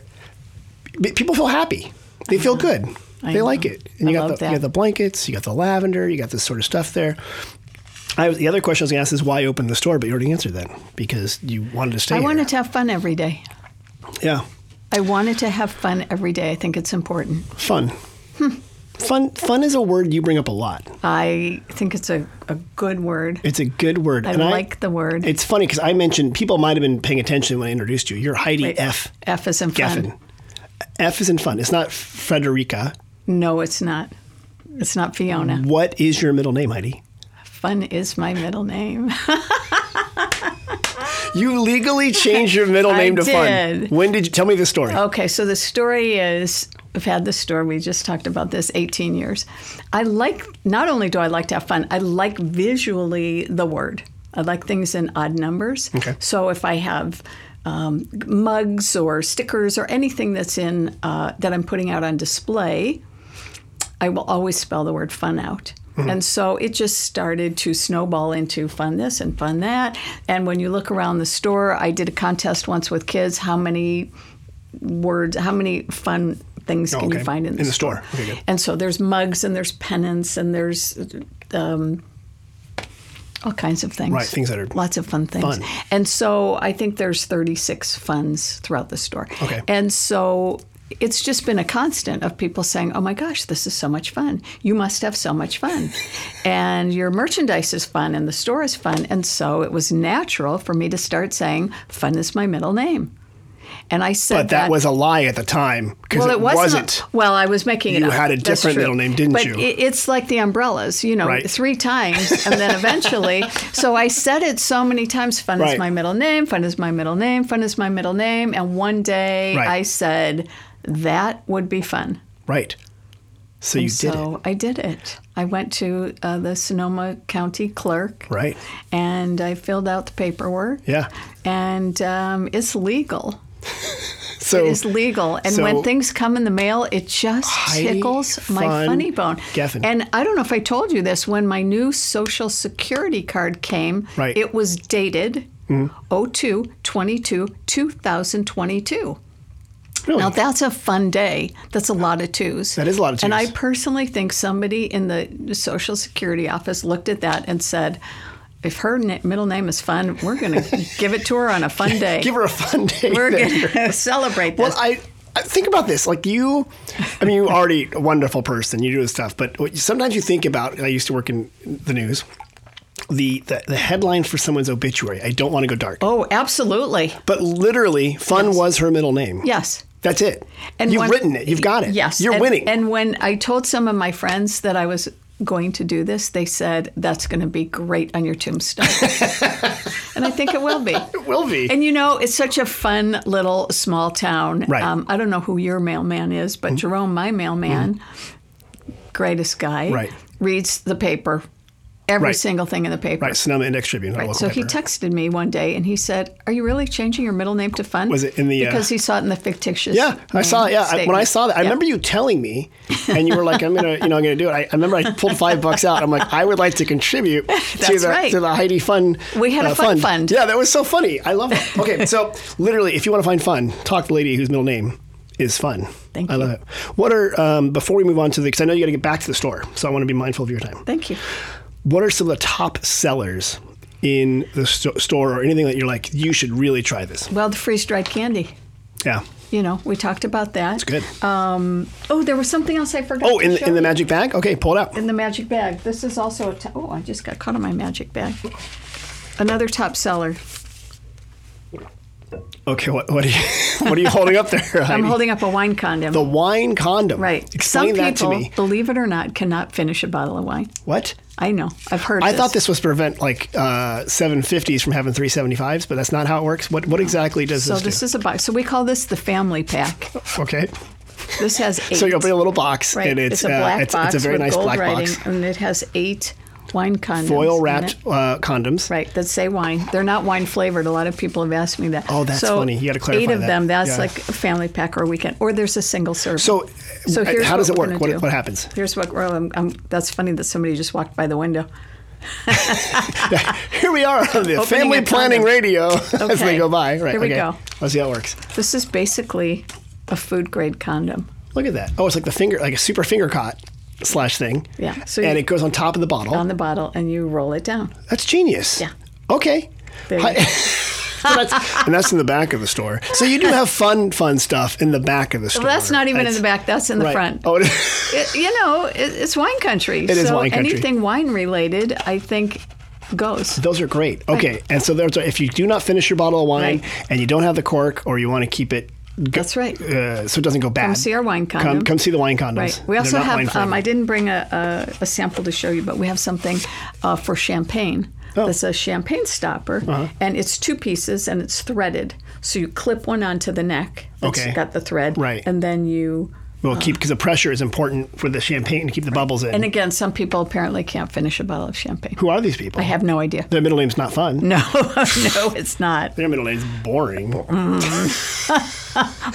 [SPEAKER 1] b- people feel happy. They feel good.
[SPEAKER 2] Uh-huh. I
[SPEAKER 1] they
[SPEAKER 2] know.
[SPEAKER 1] like it. And
[SPEAKER 2] I
[SPEAKER 1] you got
[SPEAKER 2] love
[SPEAKER 1] the
[SPEAKER 2] that.
[SPEAKER 1] you got the blankets, you got the lavender, you got this sort of stuff there. I was, the other question I was going to ask is why open the store, but you already answered that because you wanted to stay.
[SPEAKER 2] I
[SPEAKER 1] here.
[SPEAKER 2] wanted to have fun every day.
[SPEAKER 1] yeah.
[SPEAKER 2] I wanted to have fun every day. I think it's important.
[SPEAKER 1] Fun.
[SPEAKER 2] Hmm.
[SPEAKER 1] Fun. Fun is a word you bring up a lot.
[SPEAKER 2] I think it's a, a good word.
[SPEAKER 1] It's a good word.
[SPEAKER 2] I
[SPEAKER 1] And
[SPEAKER 2] like the word.
[SPEAKER 1] It's funny because I mentioned people might have been paying attention when I introduced you. You're Heidi
[SPEAKER 2] Wait,
[SPEAKER 1] E F.
[SPEAKER 2] F is in fun.
[SPEAKER 1] Geffen. F is in fun. It's not Frederica.
[SPEAKER 2] No, it's not. It's not Fiona.
[SPEAKER 1] What is your middle name, Heidi?
[SPEAKER 2] Fun is my middle name.
[SPEAKER 1] You legally changed your middle
[SPEAKER 2] I
[SPEAKER 1] name to
[SPEAKER 2] did. Oh,
[SPEAKER 1] fun. When did you tell me the story?
[SPEAKER 2] Okay, so the story is I've had this store, we just talked about this 18 years. I like, not only do I like to have fun, I like visually the word. I like things in odd numbers.
[SPEAKER 1] Okay.
[SPEAKER 2] So if I have um, mugs or stickers or anything that's in uh, that I'm putting out on display, I will always spell the word fun out.
[SPEAKER 1] Mm-hmm.
[SPEAKER 2] And so it just started to snowball into fun this and fun that. And when you look around the store, I did a contest once with kids how many words, how many fun things
[SPEAKER 1] Oh,
[SPEAKER 2] can
[SPEAKER 1] okay.
[SPEAKER 2] you find in the,
[SPEAKER 1] In the store. Okay, good.
[SPEAKER 2] And so there's mugs and there's pennants and there's um, all kinds of things.
[SPEAKER 1] Right, things that are
[SPEAKER 2] lots of fun things.
[SPEAKER 1] fun.
[SPEAKER 2] And so I think there's 36 funds throughout the store.
[SPEAKER 1] Okay.
[SPEAKER 2] And so it's just been a constant of people saying, "Oh my gosh, this is so much fun. You must have so much fun." and your merchandise is fun and the store is fun, and so it was natural for me to start saying, "Fun is my middle name." And I said
[SPEAKER 1] but that was a lie at the time because
[SPEAKER 2] well,
[SPEAKER 1] it,
[SPEAKER 2] it wasn't.
[SPEAKER 1] wasn't.
[SPEAKER 2] Well, I was making it
[SPEAKER 1] You
[SPEAKER 2] up.
[SPEAKER 1] had a
[SPEAKER 2] That's
[SPEAKER 1] different
[SPEAKER 2] true.
[SPEAKER 1] middle name, didn't
[SPEAKER 2] but
[SPEAKER 1] you?
[SPEAKER 2] it- it's like the umbrellas, you know,
[SPEAKER 1] Right.
[SPEAKER 2] three times, and then eventually. so I said it so many times. Fun
[SPEAKER 1] Right.
[SPEAKER 2] is my middle name. Fun is my middle name. Fun is my middle name. And one day
[SPEAKER 1] Right.
[SPEAKER 2] I said that would be fun.
[SPEAKER 1] Right. So you did it.
[SPEAKER 2] so I did it. I went to uh, the Sonoma County Clerk,
[SPEAKER 1] Right.
[SPEAKER 2] and I filled out the paperwork.
[SPEAKER 1] Yeah.
[SPEAKER 2] And um, it's legal.
[SPEAKER 1] So
[SPEAKER 2] It's legal. And when
[SPEAKER 1] so-
[SPEAKER 2] things come in the mail, it just
[SPEAKER 1] Heidi
[SPEAKER 2] tickles my
[SPEAKER 1] Fun
[SPEAKER 2] funny bone.
[SPEAKER 1] Geffen.
[SPEAKER 2] And I don't know if I told you this, when my new social security card came,
[SPEAKER 1] Right. Mm-hmm.
[SPEAKER 2] it was dated 02 22 2022.
[SPEAKER 1] really,
[SPEAKER 2] Now that's a fun day. That's a lot of twos.
[SPEAKER 1] That is a lot of
[SPEAKER 2] And I
[SPEAKER 1] twos.
[SPEAKER 2] personally think somebody in the Social Security office looked at that and said, "If her na- middle name is Fun, we're going to give it to her on a fun day.
[SPEAKER 1] give her a fun day.
[SPEAKER 2] we're
[SPEAKER 1] then.
[SPEAKER 2] going to celebrate this."
[SPEAKER 1] Well, I, I think about this. Like you, I mean, you're already a wonderful person. You do this stuff, but what, sometimes you think about. I used to work in the news. The, the the headline for someone's obituary. I don't want to go dark,
[SPEAKER 2] Oh, absolutely.
[SPEAKER 1] but literally, fun was her middle name.
[SPEAKER 2] Yes.
[SPEAKER 1] that's it. you've
[SPEAKER 2] when-
[SPEAKER 1] written it. You've got it.
[SPEAKER 2] Yes.
[SPEAKER 1] you're
[SPEAKER 2] and,
[SPEAKER 1] winning.
[SPEAKER 2] And when I told some of my friends that I was going to do this, they said, that's going to be great on your tombstone. and I think it will be.
[SPEAKER 1] it will be.
[SPEAKER 2] And you know, it's such a fun little small town. Um,
[SPEAKER 1] Right. Mm-hmm.
[SPEAKER 2] I don't know who your mailman is, but Jerome, my mailman, greatest guy,
[SPEAKER 1] Right.
[SPEAKER 2] reads the paper every
[SPEAKER 1] Right.
[SPEAKER 2] single thing in the paper.
[SPEAKER 1] Right, Sonoma Index Tribune. not
[SPEAKER 2] Right.
[SPEAKER 1] local
[SPEAKER 2] So he
[SPEAKER 1] paper.
[SPEAKER 2] texted me one day and he said, "Are you really changing your middle name to Fun?"
[SPEAKER 1] Was it in the, uh,
[SPEAKER 2] because he saw it in the fictitious?
[SPEAKER 1] Yeah, I
[SPEAKER 2] name
[SPEAKER 1] saw. it. Yeah, I, when I
[SPEAKER 2] statement.
[SPEAKER 1] saw that, I
[SPEAKER 2] Yeah.
[SPEAKER 1] remember you telling me, and you were like, "I'm gonna, you know, I'm gonna do it." I, I remember I pulled five bucks out. I'm like, "I would like to contribute to
[SPEAKER 2] That's
[SPEAKER 1] the
[SPEAKER 2] right.
[SPEAKER 1] to the Heidi Fun."
[SPEAKER 2] We had a fun
[SPEAKER 1] fund.
[SPEAKER 2] fund.
[SPEAKER 1] Yeah, that was so funny. I love it. Okay, so literally, if you want to find fun, talk to the lady whose middle name is Fun.
[SPEAKER 2] Thank
[SPEAKER 1] I
[SPEAKER 2] you.
[SPEAKER 1] love it. What are um, before we move on to the? Because I know you got to get back to the store, so I want to be mindful of your time.
[SPEAKER 2] Thank you.
[SPEAKER 1] What are some of the top sellers in the sto- store, or anything that you're like, you should really try this?
[SPEAKER 2] Well, the freeze dried candy.
[SPEAKER 1] Yeah.
[SPEAKER 2] You know, we talked about that. It's
[SPEAKER 1] Good.
[SPEAKER 2] Oh, there was something else I forgot.
[SPEAKER 1] oh,
[SPEAKER 2] to
[SPEAKER 1] in the,
[SPEAKER 2] show
[SPEAKER 1] in the
[SPEAKER 2] you.
[SPEAKER 1] magic bag? Okay, pull it out.
[SPEAKER 2] in the magic bag. This is also a. T- oh, I just got caught in my magic bag. Another top seller.
[SPEAKER 1] Okay, what what are you what are you holding up there?
[SPEAKER 2] I'm
[SPEAKER 1] Heidi?
[SPEAKER 2] holding up a wine condom.
[SPEAKER 1] the wine condom.
[SPEAKER 2] right.
[SPEAKER 1] Explain
[SPEAKER 2] Some
[SPEAKER 1] that
[SPEAKER 2] people,
[SPEAKER 1] to me.
[SPEAKER 2] believe it or not, cannot finish a bottle of wine.
[SPEAKER 1] What?
[SPEAKER 2] I know. I've heard.
[SPEAKER 1] I
[SPEAKER 2] this.
[SPEAKER 1] thought this was prevent like uh, 750s from having 375s, but that's not how it works. What what exactly does
[SPEAKER 2] So
[SPEAKER 1] this,
[SPEAKER 2] this
[SPEAKER 1] do?
[SPEAKER 2] is a box. So we call this the family pack.
[SPEAKER 1] okay.
[SPEAKER 2] This has eight.
[SPEAKER 1] So you open a little box
[SPEAKER 2] right.
[SPEAKER 1] and it's
[SPEAKER 2] a
[SPEAKER 1] uh,
[SPEAKER 2] black
[SPEAKER 1] it's,
[SPEAKER 2] box
[SPEAKER 1] it's a very
[SPEAKER 2] with
[SPEAKER 1] nice
[SPEAKER 2] gold
[SPEAKER 1] black
[SPEAKER 2] writing,
[SPEAKER 1] box.
[SPEAKER 2] and it has eight wine condoms.
[SPEAKER 1] Foil
[SPEAKER 2] in
[SPEAKER 1] wrapped
[SPEAKER 2] it.
[SPEAKER 1] uh, condoms.
[SPEAKER 2] Right, that say wine. They're not wine flavored. A lot of people have asked me that.
[SPEAKER 1] Oh, that's
[SPEAKER 2] so
[SPEAKER 1] funny. You gotta clarify
[SPEAKER 2] Eight of
[SPEAKER 1] that.
[SPEAKER 2] them. That's
[SPEAKER 1] Yeah.
[SPEAKER 2] like a family pack or a weekend, or there's a single serve.
[SPEAKER 1] So,
[SPEAKER 2] so
[SPEAKER 1] uh,
[SPEAKER 2] here's
[SPEAKER 1] how
[SPEAKER 2] what
[SPEAKER 1] does it
[SPEAKER 2] we're
[SPEAKER 1] work?
[SPEAKER 2] gonna
[SPEAKER 1] What
[SPEAKER 2] do.
[SPEAKER 1] what happens?
[SPEAKER 2] Here's what. Well, I'm, I'm, that's funny that somebody just walked by the window.
[SPEAKER 1] Here we are on the
[SPEAKER 2] a
[SPEAKER 1] Family Planning
[SPEAKER 2] condom.
[SPEAKER 1] Radio as they
[SPEAKER 2] Okay.
[SPEAKER 1] go by. Right.
[SPEAKER 2] Here we
[SPEAKER 1] okay.
[SPEAKER 2] go.
[SPEAKER 1] Let's see how it works.
[SPEAKER 2] This is basically a food grade condom.
[SPEAKER 1] Look at that. Oh, it's like the finger, like a super finger caught slash thing.
[SPEAKER 2] Yeah. So
[SPEAKER 1] and
[SPEAKER 2] you-
[SPEAKER 1] it goes on top of the bottle.
[SPEAKER 2] On the bottle, and you roll it down.
[SPEAKER 1] That's genius.
[SPEAKER 2] Yeah.
[SPEAKER 1] Okay.
[SPEAKER 2] There you
[SPEAKER 1] Hi-
[SPEAKER 2] go.
[SPEAKER 1] So that's- and that's in the back of the store. So you do have fun, fun stuff in the back of the store.
[SPEAKER 2] Well, that's not even in
[SPEAKER 1] It's-
[SPEAKER 2] the back. That's in the
[SPEAKER 1] right.
[SPEAKER 2] front.
[SPEAKER 1] Oh, it is.
[SPEAKER 2] It- you know, it, it's wine country.
[SPEAKER 1] is
[SPEAKER 2] so
[SPEAKER 1] wine country.
[SPEAKER 2] anything wine related, I think, goes.
[SPEAKER 1] those are great. Okay, and so there's if you do not finish your bottle of wine
[SPEAKER 2] Right.
[SPEAKER 1] and you don't have the cork or you want to keep it, go-
[SPEAKER 2] That's right.
[SPEAKER 1] Uh, so it doesn't go bad.
[SPEAKER 2] Come see our wine condom.
[SPEAKER 1] Come, come see the wine condoms.
[SPEAKER 2] Right. We
[SPEAKER 1] They're
[SPEAKER 2] also
[SPEAKER 1] not wine
[SPEAKER 2] have. Um,
[SPEAKER 1] flavored.
[SPEAKER 2] I didn't bring a, a, a sample to show you, but we have something uh, for champagne.
[SPEAKER 1] Oh. Uh-huh.
[SPEAKER 2] That's a champagne stopper, and it's two pieces, and it's threaded. So you clip one onto the neck. That's
[SPEAKER 1] Okay.
[SPEAKER 2] Got the thread.
[SPEAKER 1] Right.
[SPEAKER 2] And then you.
[SPEAKER 1] We'll keep because the pressure is important for the champagne to keep the bubbles in.
[SPEAKER 2] And again, some people apparently can't finish a bottle of champagne.
[SPEAKER 1] Who are these people?
[SPEAKER 2] I have no idea.
[SPEAKER 1] Their middle name's not fun.
[SPEAKER 2] No, no, it's not.
[SPEAKER 1] Their middle name's boring.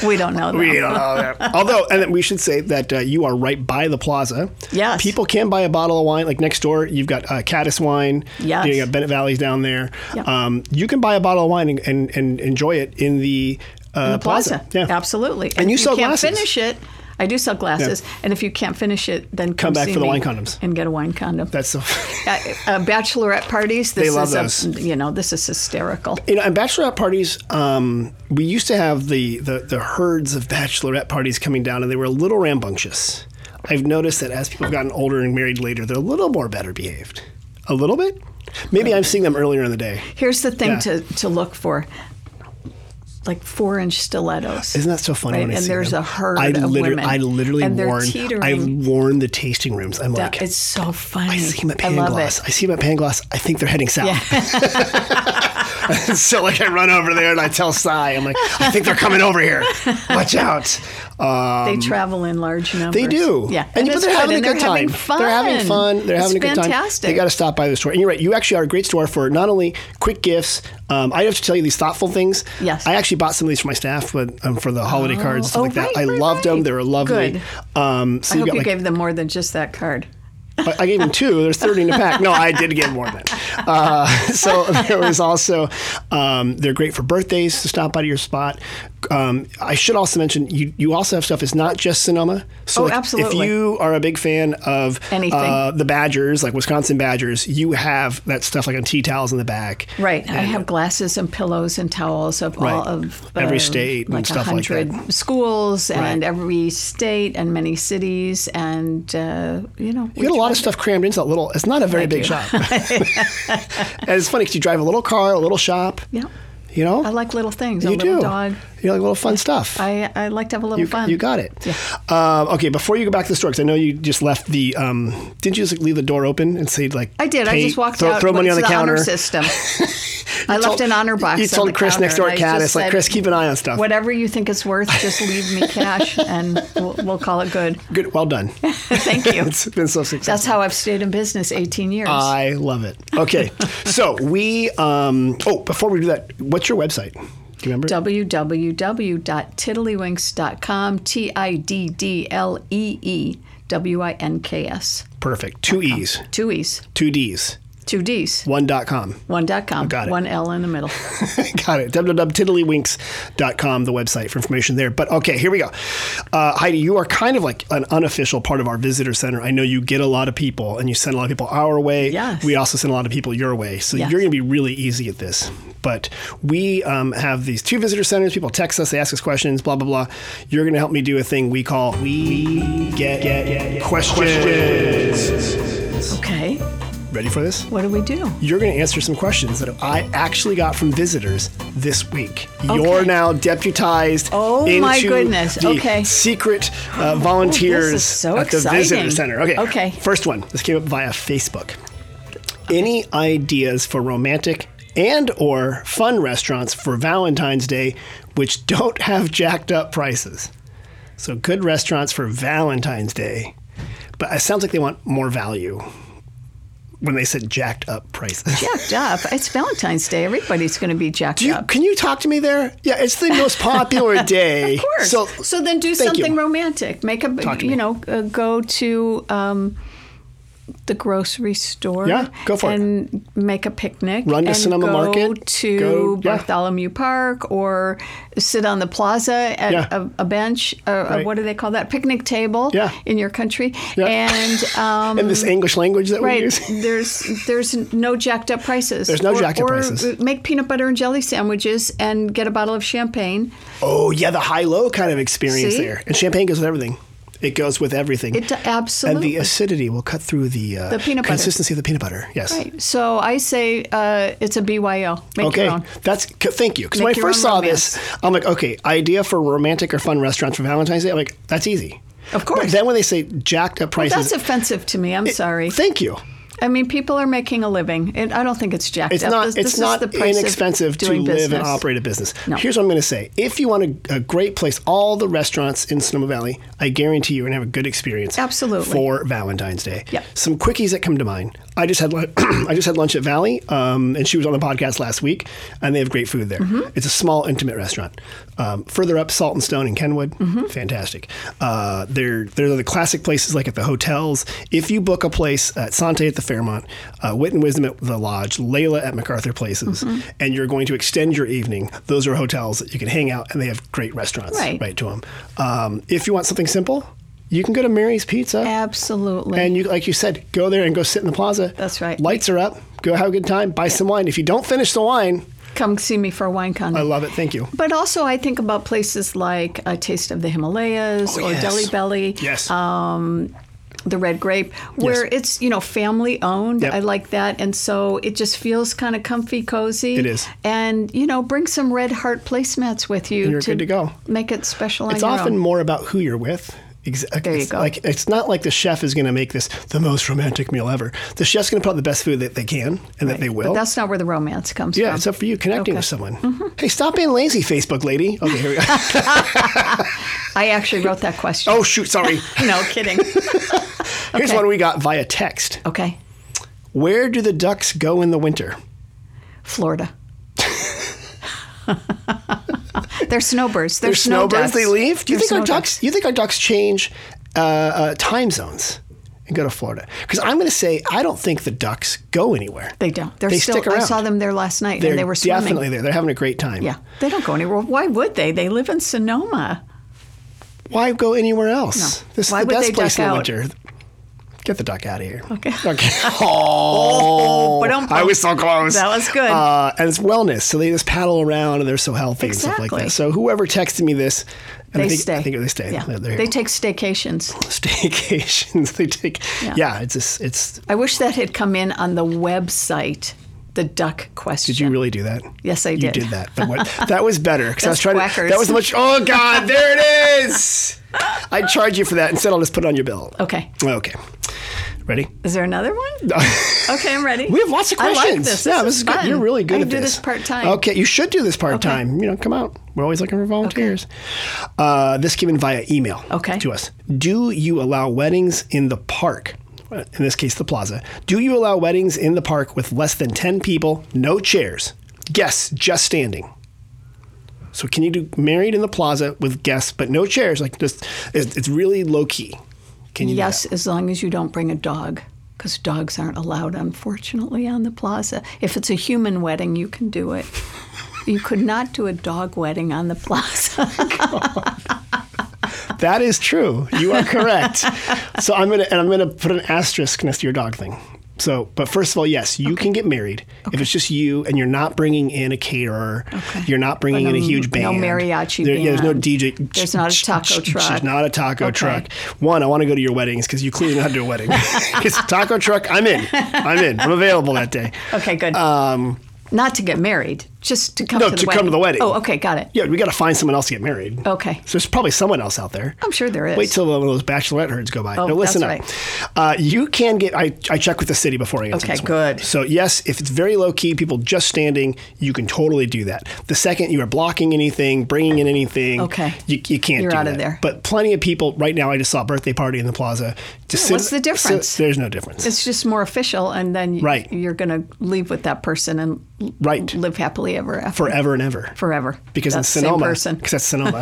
[SPEAKER 2] We don't know. That.
[SPEAKER 1] We don't know that. Although, and then we should say that uh, you are right by the plaza.
[SPEAKER 2] Yes.
[SPEAKER 1] People can buy a bottle of wine. Like next door, you've got uh, Caddis Wine.
[SPEAKER 2] Yes.
[SPEAKER 1] You got Bennett Valley's down there.
[SPEAKER 2] Yep.
[SPEAKER 1] Um, you can buy a bottle of wine and, and, and enjoy it in the, uh,
[SPEAKER 2] the plaza.
[SPEAKER 1] Yeah.
[SPEAKER 2] Absolutely. And,
[SPEAKER 1] you
[SPEAKER 2] if
[SPEAKER 1] sell
[SPEAKER 2] you can't
[SPEAKER 1] glasses.
[SPEAKER 2] finish it. I do sell glasses. And if you can't finish it, then come,
[SPEAKER 1] back
[SPEAKER 2] see
[SPEAKER 1] for the
[SPEAKER 2] me
[SPEAKER 1] wine condoms.
[SPEAKER 2] And get a wine condom.
[SPEAKER 1] That's so.
[SPEAKER 2] uh, uh, bachelorette parties. This
[SPEAKER 1] They love
[SPEAKER 2] is
[SPEAKER 1] those.
[SPEAKER 2] A, you know, this is hysterical.
[SPEAKER 1] You know, and bachelorette parties, um, we used to have the, the, the herds of bachelorette parties coming down, and they were a little rambunctious. I've noticed that as people have gotten older and married later, they're a little more better behaved. A little bit? Maybe I'm seeing them earlier in the day.
[SPEAKER 2] Here's the thing
[SPEAKER 1] Yeah.
[SPEAKER 2] to, to look for, like four inch stilettos.
[SPEAKER 1] Isn't that so funny?
[SPEAKER 2] Right,
[SPEAKER 1] When I
[SPEAKER 2] and
[SPEAKER 1] see
[SPEAKER 2] there's
[SPEAKER 1] them?
[SPEAKER 2] a herd
[SPEAKER 1] I
[SPEAKER 2] of
[SPEAKER 1] liter-
[SPEAKER 2] women,
[SPEAKER 1] I literally
[SPEAKER 2] and they're
[SPEAKER 1] warn. I
[SPEAKER 2] teetering.
[SPEAKER 1] warn the tasting rooms. I'm
[SPEAKER 2] Yeah,
[SPEAKER 1] like,
[SPEAKER 2] it's so funny.
[SPEAKER 1] I see him at
[SPEAKER 2] I love
[SPEAKER 1] Pangloss.
[SPEAKER 2] it.
[SPEAKER 1] I see him at Pangloss. I think they're heading south. so like, I run over there and I tell Cy, I'm like, I think they're coming over here. Watch out. Uh,
[SPEAKER 2] They travel in large numbers.
[SPEAKER 1] they do.
[SPEAKER 2] Yeah,
[SPEAKER 1] And, but
[SPEAKER 2] it's
[SPEAKER 1] they're
[SPEAKER 2] good,
[SPEAKER 1] having
[SPEAKER 2] and
[SPEAKER 1] a good
[SPEAKER 2] they're
[SPEAKER 1] time.
[SPEAKER 2] having fun.
[SPEAKER 1] They're having fun. They're
[SPEAKER 2] It's
[SPEAKER 1] having a good time.
[SPEAKER 2] fantastic.
[SPEAKER 1] They got to stop by the store. And you're right. You actually are a great store for not only quick gifts. Um, I have to tell you these thoughtful things.
[SPEAKER 2] Yes.
[SPEAKER 1] I actually bought some of these for my staff but, um, for the holiday cards and stuff
[SPEAKER 2] Oh,
[SPEAKER 1] like that.
[SPEAKER 2] right,
[SPEAKER 1] I
[SPEAKER 2] right,
[SPEAKER 1] loved them.
[SPEAKER 2] right.
[SPEAKER 1] They were lovely.
[SPEAKER 2] Good.
[SPEAKER 1] Um, so
[SPEAKER 2] I hope
[SPEAKER 1] got
[SPEAKER 2] you
[SPEAKER 1] like
[SPEAKER 2] gave them more than just that card.
[SPEAKER 1] I I gave him two. There's 30 in a pack. No, I did give more than that. Uh, so there was also, um, they're great for birthdays to stop by to your spot. Um, I should also mention, you, you also have stuff. It's not just Sonoma. So
[SPEAKER 2] Oh,
[SPEAKER 1] like,
[SPEAKER 2] absolutely.
[SPEAKER 1] If you are a big fan of
[SPEAKER 2] Anything.
[SPEAKER 1] Uh, the Badgers, like Wisconsin Badgers, you have that stuff like on tea towels in the back.
[SPEAKER 2] Right. I have glasses and pillows and towels of all
[SPEAKER 1] Right.
[SPEAKER 2] of
[SPEAKER 1] Every state and
[SPEAKER 2] like
[SPEAKER 1] stuff like that.
[SPEAKER 2] 100 schools and
[SPEAKER 1] Right.
[SPEAKER 2] every state and many cities and uh, you know.
[SPEAKER 1] You got a lot of stuff crammed into that little, it's not a very
[SPEAKER 2] I
[SPEAKER 1] big
[SPEAKER 2] do.
[SPEAKER 1] shop. and it's funny because you drive a little car, a little shop.
[SPEAKER 2] Yeah.
[SPEAKER 1] You You know,
[SPEAKER 2] I like little things.
[SPEAKER 1] you
[SPEAKER 2] a little
[SPEAKER 1] do.
[SPEAKER 2] dog.
[SPEAKER 1] You like little fun stuff.
[SPEAKER 2] I, I like to have a little
[SPEAKER 1] you,
[SPEAKER 2] fun.
[SPEAKER 1] you got it. Um, okay, before you go back to the store, because I know you just left the. Um, didn't you just leave the door open and say like?
[SPEAKER 2] I did. I
[SPEAKER 1] pay-
[SPEAKER 2] just walked
[SPEAKER 1] throw,
[SPEAKER 2] out.
[SPEAKER 1] Throw money
[SPEAKER 2] went
[SPEAKER 1] on the,
[SPEAKER 2] to
[SPEAKER 1] counter.
[SPEAKER 2] Honor system. I left
[SPEAKER 1] told-
[SPEAKER 2] an honor box.
[SPEAKER 1] You
[SPEAKER 2] on
[SPEAKER 1] told
[SPEAKER 2] the
[SPEAKER 1] Chris
[SPEAKER 2] counter,
[SPEAKER 1] next door
[SPEAKER 2] and I
[SPEAKER 1] cat.
[SPEAKER 2] just
[SPEAKER 1] It's like
[SPEAKER 2] said,
[SPEAKER 1] Chris, keep an eye on stuff.
[SPEAKER 2] Whatever you think it's worth, just leave me cash, and we'll, we'll call it good.
[SPEAKER 1] Good. Well done.
[SPEAKER 2] Thank you.
[SPEAKER 1] it's been so successful.
[SPEAKER 2] That's how I've stayed in business 18 years.
[SPEAKER 1] I love it. Okay, so we. Um, oh, before we do that, what's your website? Do you remember?
[SPEAKER 2] www.tiddlywinks.com, T I D D L E E W I N K S.
[SPEAKER 1] Perfect. Two E's,
[SPEAKER 2] Two E's,
[SPEAKER 1] two D's,
[SPEAKER 2] two D's,
[SPEAKER 1] one dot com.
[SPEAKER 2] one dot com,
[SPEAKER 1] Got it.
[SPEAKER 2] one L in the middle.
[SPEAKER 1] Got it. www.tiddlywinks.com, the website for information there. But okay, here we go. Uh, Heidi, you are kind of like an unofficial part of our visitor center. I know you get a lot of people and you send a lot of people our way.
[SPEAKER 2] Yes.
[SPEAKER 1] We also send a lot of people your way. So
[SPEAKER 2] Yes.
[SPEAKER 1] you're going to be really easy at this. But we um, have these two visitor centers. People text us, they ask us questions, blah, blah, blah. You're going to help me do a thing we call We Get, get, questions.
[SPEAKER 2] Okay,
[SPEAKER 1] Ready for this?
[SPEAKER 2] what do we do?
[SPEAKER 1] you're going to answer some questions that I actually got from visitors this week. You're now deputized
[SPEAKER 2] Oh,
[SPEAKER 1] into
[SPEAKER 2] my goodness.
[SPEAKER 1] the
[SPEAKER 2] Okay.
[SPEAKER 1] secret uh, volunteers
[SPEAKER 2] this is so
[SPEAKER 1] at the visitor
[SPEAKER 2] exciting.
[SPEAKER 1] center. Okay.
[SPEAKER 2] Okay.
[SPEAKER 1] First one. This came up via Facebook. Any ideas for romantic and or fun restaurants for Valentine's Day which don't have jacked up prices? So good restaurants for Valentine's Day. But it sounds like they want more value when they said jacked up prices.
[SPEAKER 2] Jacked up. It's Valentine's Day. Everybody's going to be jacked
[SPEAKER 1] Do you,
[SPEAKER 2] up.
[SPEAKER 1] Can you talk to me there? Yeah, it's the most popular day.
[SPEAKER 2] Of course. So, then do
[SPEAKER 1] thank
[SPEAKER 2] something
[SPEAKER 1] you.
[SPEAKER 2] romantic. Make a,
[SPEAKER 1] Talk to
[SPEAKER 2] you
[SPEAKER 1] me.
[SPEAKER 2] know, uh, go to um, the grocery store.
[SPEAKER 1] Yeah, go for it.
[SPEAKER 2] and make a picnic.
[SPEAKER 1] Run to
[SPEAKER 2] and
[SPEAKER 1] Sonoma
[SPEAKER 2] go
[SPEAKER 1] Market.
[SPEAKER 2] To
[SPEAKER 1] Go- yeah.
[SPEAKER 2] Bartholomew Park or sit on the plaza at
[SPEAKER 1] Yeah.
[SPEAKER 2] a, a bench. Uh, uh
[SPEAKER 1] Right.
[SPEAKER 2] What do they call that? Picnic table
[SPEAKER 1] Yeah.
[SPEAKER 2] in your country.
[SPEAKER 1] Yeah.
[SPEAKER 2] And. Um,
[SPEAKER 1] and this English language that we
[SPEAKER 2] Right.
[SPEAKER 1] use.
[SPEAKER 2] There's there's no jacked up prices.
[SPEAKER 1] There's no
[SPEAKER 2] Or-
[SPEAKER 1] jacked up
[SPEAKER 2] or
[SPEAKER 1] prices.
[SPEAKER 2] Make peanut butter and jelly sandwiches and get a bottle of champagne.
[SPEAKER 1] Oh, yeah, the high low kind of experience
[SPEAKER 2] See?
[SPEAKER 1] there. And champagne goes with everything. It goes with everything.
[SPEAKER 2] It
[SPEAKER 1] and
[SPEAKER 2] absolutely
[SPEAKER 1] the acidity will cut through the, uh,
[SPEAKER 2] The peanut butter.
[SPEAKER 1] consistency of the peanut butter. Yes.
[SPEAKER 2] Right. So I say uh, it's a BYO. Make your
[SPEAKER 1] Okay,
[SPEAKER 2] own.
[SPEAKER 1] that's c- thank you. Because when I
[SPEAKER 2] Make your
[SPEAKER 1] first
[SPEAKER 2] own
[SPEAKER 1] saw this, I'm like, okay, idea for romantic or fun restaurants for Valentine's Day. I'm like, that's easy.
[SPEAKER 2] Of course.
[SPEAKER 1] But then when they say jacked up prices,
[SPEAKER 2] That's offensive to me. I'm sorry.
[SPEAKER 1] thank you.
[SPEAKER 2] I mean, people are making a living. It, I don't think it's jacked
[SPEAKER 1] It's
[SPEAKER 2] up.
[SPEAKER 1] not.
[SPEAKER 2] This-
[SPEAKER 1] it's
[SPEAKER 2] this is
[SPEAKER 1] not
[SPEAKER 2] the price of
[SPEAKER 1] inexpensive to
[SPEAKER 2] doing
[SPEAKER 1] live and
[SPEAKER 2] business.
[SPEAKER 1] operate a business.
[SPEAKER 2] No.
[SPEAKER 1] Here's what I'm going to say: If you want a, a great place, all the restaurants in Sonoma Valley, I guarantee you're going to have a good experience.
[SPEAKER 2] Absolutely.
[SPEAKER 1] For Valentine's Day.
[SPEAKER 2] Yep.
[SPEAKER 1] Some quickies that come to mind. I just had lun- I just had lunch at Valley, um, and she was on the podcast last week, and they have great food there.
[SPEAKER 2] Mm-hmm.
[SPEAKER 1] It's a small, intimate restaurant. Um, further up, Salt and Stone in Kenwood,
[SPEAKER 2] Mm-hmm.
[SPEAKER 1] fantastic. Uh, there, there are the classic places like at the hotels. If you book a place at Sante at the Fairmont, uh, Wit and Wisdom at the Lodge, Layla at MacArthur Places,
[SPEAKER 2] Mm-hmm.
[SPEAKER 1] and you're going to extend your evening, those are hotels that you can hang out, and they have great restaurants
[SPEAKER 2] Right.
[SPEAKER 1] right to them. Um, if you want something simple. You can go to Mary's Pizza.
[SPEAKER 2] Absolutely.
[SPEAKER 1] And you, like you said, go there and go sit in the plaza.
[SPEAKER 2] That's right.
[SPEAKER 1] Lights are up. Go have a good time. Buy some wine. If you don't finish the wine,
[SPEAKER 2] Come see me for a wine con.
[SPEAKER 1] I love it. Thank you.
[SPEAKER 2] but also, I think about places like A Taste of the Himalayas
[SPEAKER 1] Oh,
[SPEAKER 2] or
[SPEAKER 1] yes.
[SPEAKER 2] Deli Belly.
[SPEAKER 1] Yes.
[SPEAKER 2] the red grape where it's you know family owned
[SPEAKER 1] Yep.
[SPEAKER 2] i like that and so it just feels kind of comfy cozy
[SPEAKER 1] It is.
[SPEAKER 2] and you know bring some red heart placemats with you
[SPEAKER 1] you're good to go.
[SPEAKER 2] make it special
[SPEAKER 1] it's
[SPEAKER 2] on your
[SPEAKER 1] often
[SPEAKER 2] own.
[SPEAKER 1] more about who you're with. Ex-
[SPEAKER 2] There you
[SPEAKER 1] it's
[SPEAKER 2] go.
[SPEAKER 1] Like it's not like the chef is going to make this the most romantic meal ever. The chef's going to put out the best food that they can and that they
[SPEAKER 2] but
[SPEAKER 1] will.
[SPEAKER 2] that's not where the romance comes
[SPEAKER 1] yeah,
[SPEAKER 2] from
[SPEAKER 1] it's up for you connecting
[SPEAKER 2] Okay. Mm-hmm.
[SPEAKER 1] with someone. Hey, stop being lazy, Facebook lady. Okay, here we go.
[SPEAKER 2] i actually wrote that question
[SPEAKER 1] oh shoot, sorry.
[SPEAKER 2] no kidding
[SPEAKER 1] Here's
[SPEAKER 2] Okay.
[SPEAKER 1] one we got via text.
[SPEAKER 2] okay
[SPEAKER 1] Where do the ducks go in the winter?
[SPEAKER 2] florida they're snowbirds they're,
[SPEAKER 1] There's snowbirds.
[SPEAKER 2] ducks.
[SPEAKER 1] They leave. Do you
[SPEAKER 2] They're
[SPEAKER 1] think our
[SPEAKER 2] snow ducks.
[SPEAKER 1] ducks? You think our ducks change uh, uh, time zones and go to Florida? Because I'm going to say I don't think the ducks go anywhere.
[SPEAKER 2] they don't they're
[SPEAKER 1] They
[SPEAKER 2] still
[SPEAKER 1] stick
[SPEAKER 2] i
[SPEAKER 1] around.
[SPEAKER 2] saw them there last night
[SPEAKER 1] They're
[SPEAKER 2] and they were swimming
[SPEAKER 1] definitely there. They're having a great time.
[SPEAKER 2] yeah they don't go anywhere why would they they live in sonoma
[SPEAKER 1] Why go anywhere else?
[SPEAKER 2] No.
[SPEAKER 1] This
[SPEAKER 2] Why
[SPEAKER 1] is the
[SPEAKER 2] would
[SPEAKER 1] best
[SPEAKER 2] they
[SPEAKER 1] place in the
[SPEAKER 2] duck out?
[SPEAKER 1] winter. Get the duck out of here.
[SPEAKER 2] Okay.
[SPEAKER 1] Okay. Oh,
[SPEAKER 2] ba-dum-bum.
[SPEAKER 1] I was so close.
[SPEAKER 2] That was good.
[SPEAKER 1] Uh, and it's wellness, so they just paddle around and they're so healthy and stuff like
[SPEAKER 2] Exactly.
[SPEAKER 1] that. So whoever texted me this, and
[SPEAKER 2] They
[SPEAKER 1] I think,
[SPEAKER 2] stay.
[SPEAKER 1] I think they stay.
[SPEAKER 2] Yeah.
[SPEAKER 1] They're- they're-
[SPEAKER 2] They take staycations.
[SPEAKER 1] staycations. They take. Yeah,
[SPEAKER 2] Yeah.
[SPEAKER 1] it's just, it's
[SPEAKER 2] I wish that had come in on the website the duck question.
[SPEAKER 1] Did you really do that?
[SPEAKER 2] Yes, I
[SPEAKER 1] You
[SPEAKER 2] did.
[SPEAKER 1] did that, but what, that was better because I was
[SPEAKER 2] That's
[SPEAKER 1] trying. To,
[SPEAKER 2] quackers.
[SPEAKER 1] that was much. Oh God, there it is. I charge you for that. Instead, I'll just put it on your bill.
[SPEAKER 2] Okay.
[SPEAKER 1] Okay. Ready?
[SPEAKER 2] Is there another one? Okay, I'm ready.
[SPEAKER 1] We have lots of questions.
[SPEAKER 2] I like this.
[SPEAKER 1] Yeah,
[SPEAKER 2] this
[SPEAKER 1] this is good.
[SPEAKER 2] fun.
[SPEAKER 1] You're really good
[SPEAKER 2] I
[SPEAKER 1] at
[SPEAKER 2] do
[SPEAKER 1] this.
[SPEAKER 2] this, part time.
[SPEAKER 1] Okay, you should do this part time. You know, come out. We're always looking for volunteers. Uh, this came in via email.
[SPEAKER 2] Okay.
[SPEAKER 1] To us, do you allow weddings in the park? In this case, the plaza. Do you allow weddings in the park with less than ten people, no chairs, guests just standing? So can you do married in the plaza with guests but no chairs? Like just it's, it's really low key. Can you? do
[SPEAKER 2] Yes, as long as you don't bring a dog, because dogs aren't allowed, unfortunately, on the plaza. If it's a human wedding, you can do it. You could not do a dog wedding on the plaza.
[SPEAKER 1] that? that is true. You are correct. so I'm gonna and I'm gonna put an asterisk next to your dog thing. So, but first of all, yes, you can get married if it's just you and you're not bringing in a caterer. You're not bringing in a huge
[SPEAKER 2] no
[SPEAKER 1] band.
[SPEAKER 2] mariachi
[SPEAKER 1] There- yeah, there's no
[SPEAKER 2] band.
[SPEAKER 1] DJ.
[SPEAKER 2] There's not a taco
[SPEAKER 1] There's
[SPEAKER 2] truck.
[SPEAKER 1] not a taco
[SPEAKER 2] Okay.
[SPEAKER 1] truck. One, I want to go to your weddings because you clearly know how to do a wedding. 'Cause taco truck, I'm in. I'm in. I'm available that day.
[SPEAKER 2] Okay, good.
[SPEAKER 1] Um,
[SPEAKER 2] not to get married, just to come
[SPEAKER 1] No,
[SPEAKER 2] to the
[SPEAKER 1] to come
[SPEAKER 2] wedding.
[SPEAKER 1] to the wedding.
[SPEAKER 2] Oh, okay, got it.
[SPEAKER 1] yeah, we got to find someone else to get married.
[SPEAKER 2] Okay. Oh,
[SPEAKER 1] So there's probably someone else out there.
[SPEAKER 2] I'm sure there is.
[SPEAKER 1] Wait till one of those bachelorette herds go by.
[SPEAKER 2] Oh,
[SPEAKER 1] no, listen
[SPEAKER 2] that's
[SPEAKER 1] up. Uh, you can get. I, I check with the city before I answer.
[SPEAKER 2] Okay,
[SPEAKER 1] this one.
[SPEAKER 2] good.
[SPEAKER 1] So yes, if it's very low key, people just standing, you can totally do that. The second you are blocking anything, bringing in anything,
[SPEAKER 2] Okay.
[SPEAKER 1] you, you can't.
[SPEAKER 2] You're
[SPEAKER 1] do
[SPEAKER 2] out of
[SPEAKER 1] that.
[SPEAKER 2] there.
[SPEAKER 1] But plenty of people right now. I just saw a birthday party in the plaza. Just sit-
[SPEAKER 2] what's the
[SPEAKER 1] sit-
[SPEAKER 2] difference?
[SPEAKER 1] there's no difference.
[SPEAKER 2] It's just more official, and then y-
[SPEAKER 1] Right.
[SPEAKER 2] you're going to leave with that person and l-
[SPEAKER 1] Right.
[SPEAKER 2] live happily ever after.
[SPEAKER 1] forever and ever.
[SPEAKER 2] Forever.
[SPEAKER 1] because
[SPEAKER 2] That's the
[SPEAKER 1] in Sonoma,
[SPEAKER 2] Same person.
[SPEAKER 1] because that's Sonoma.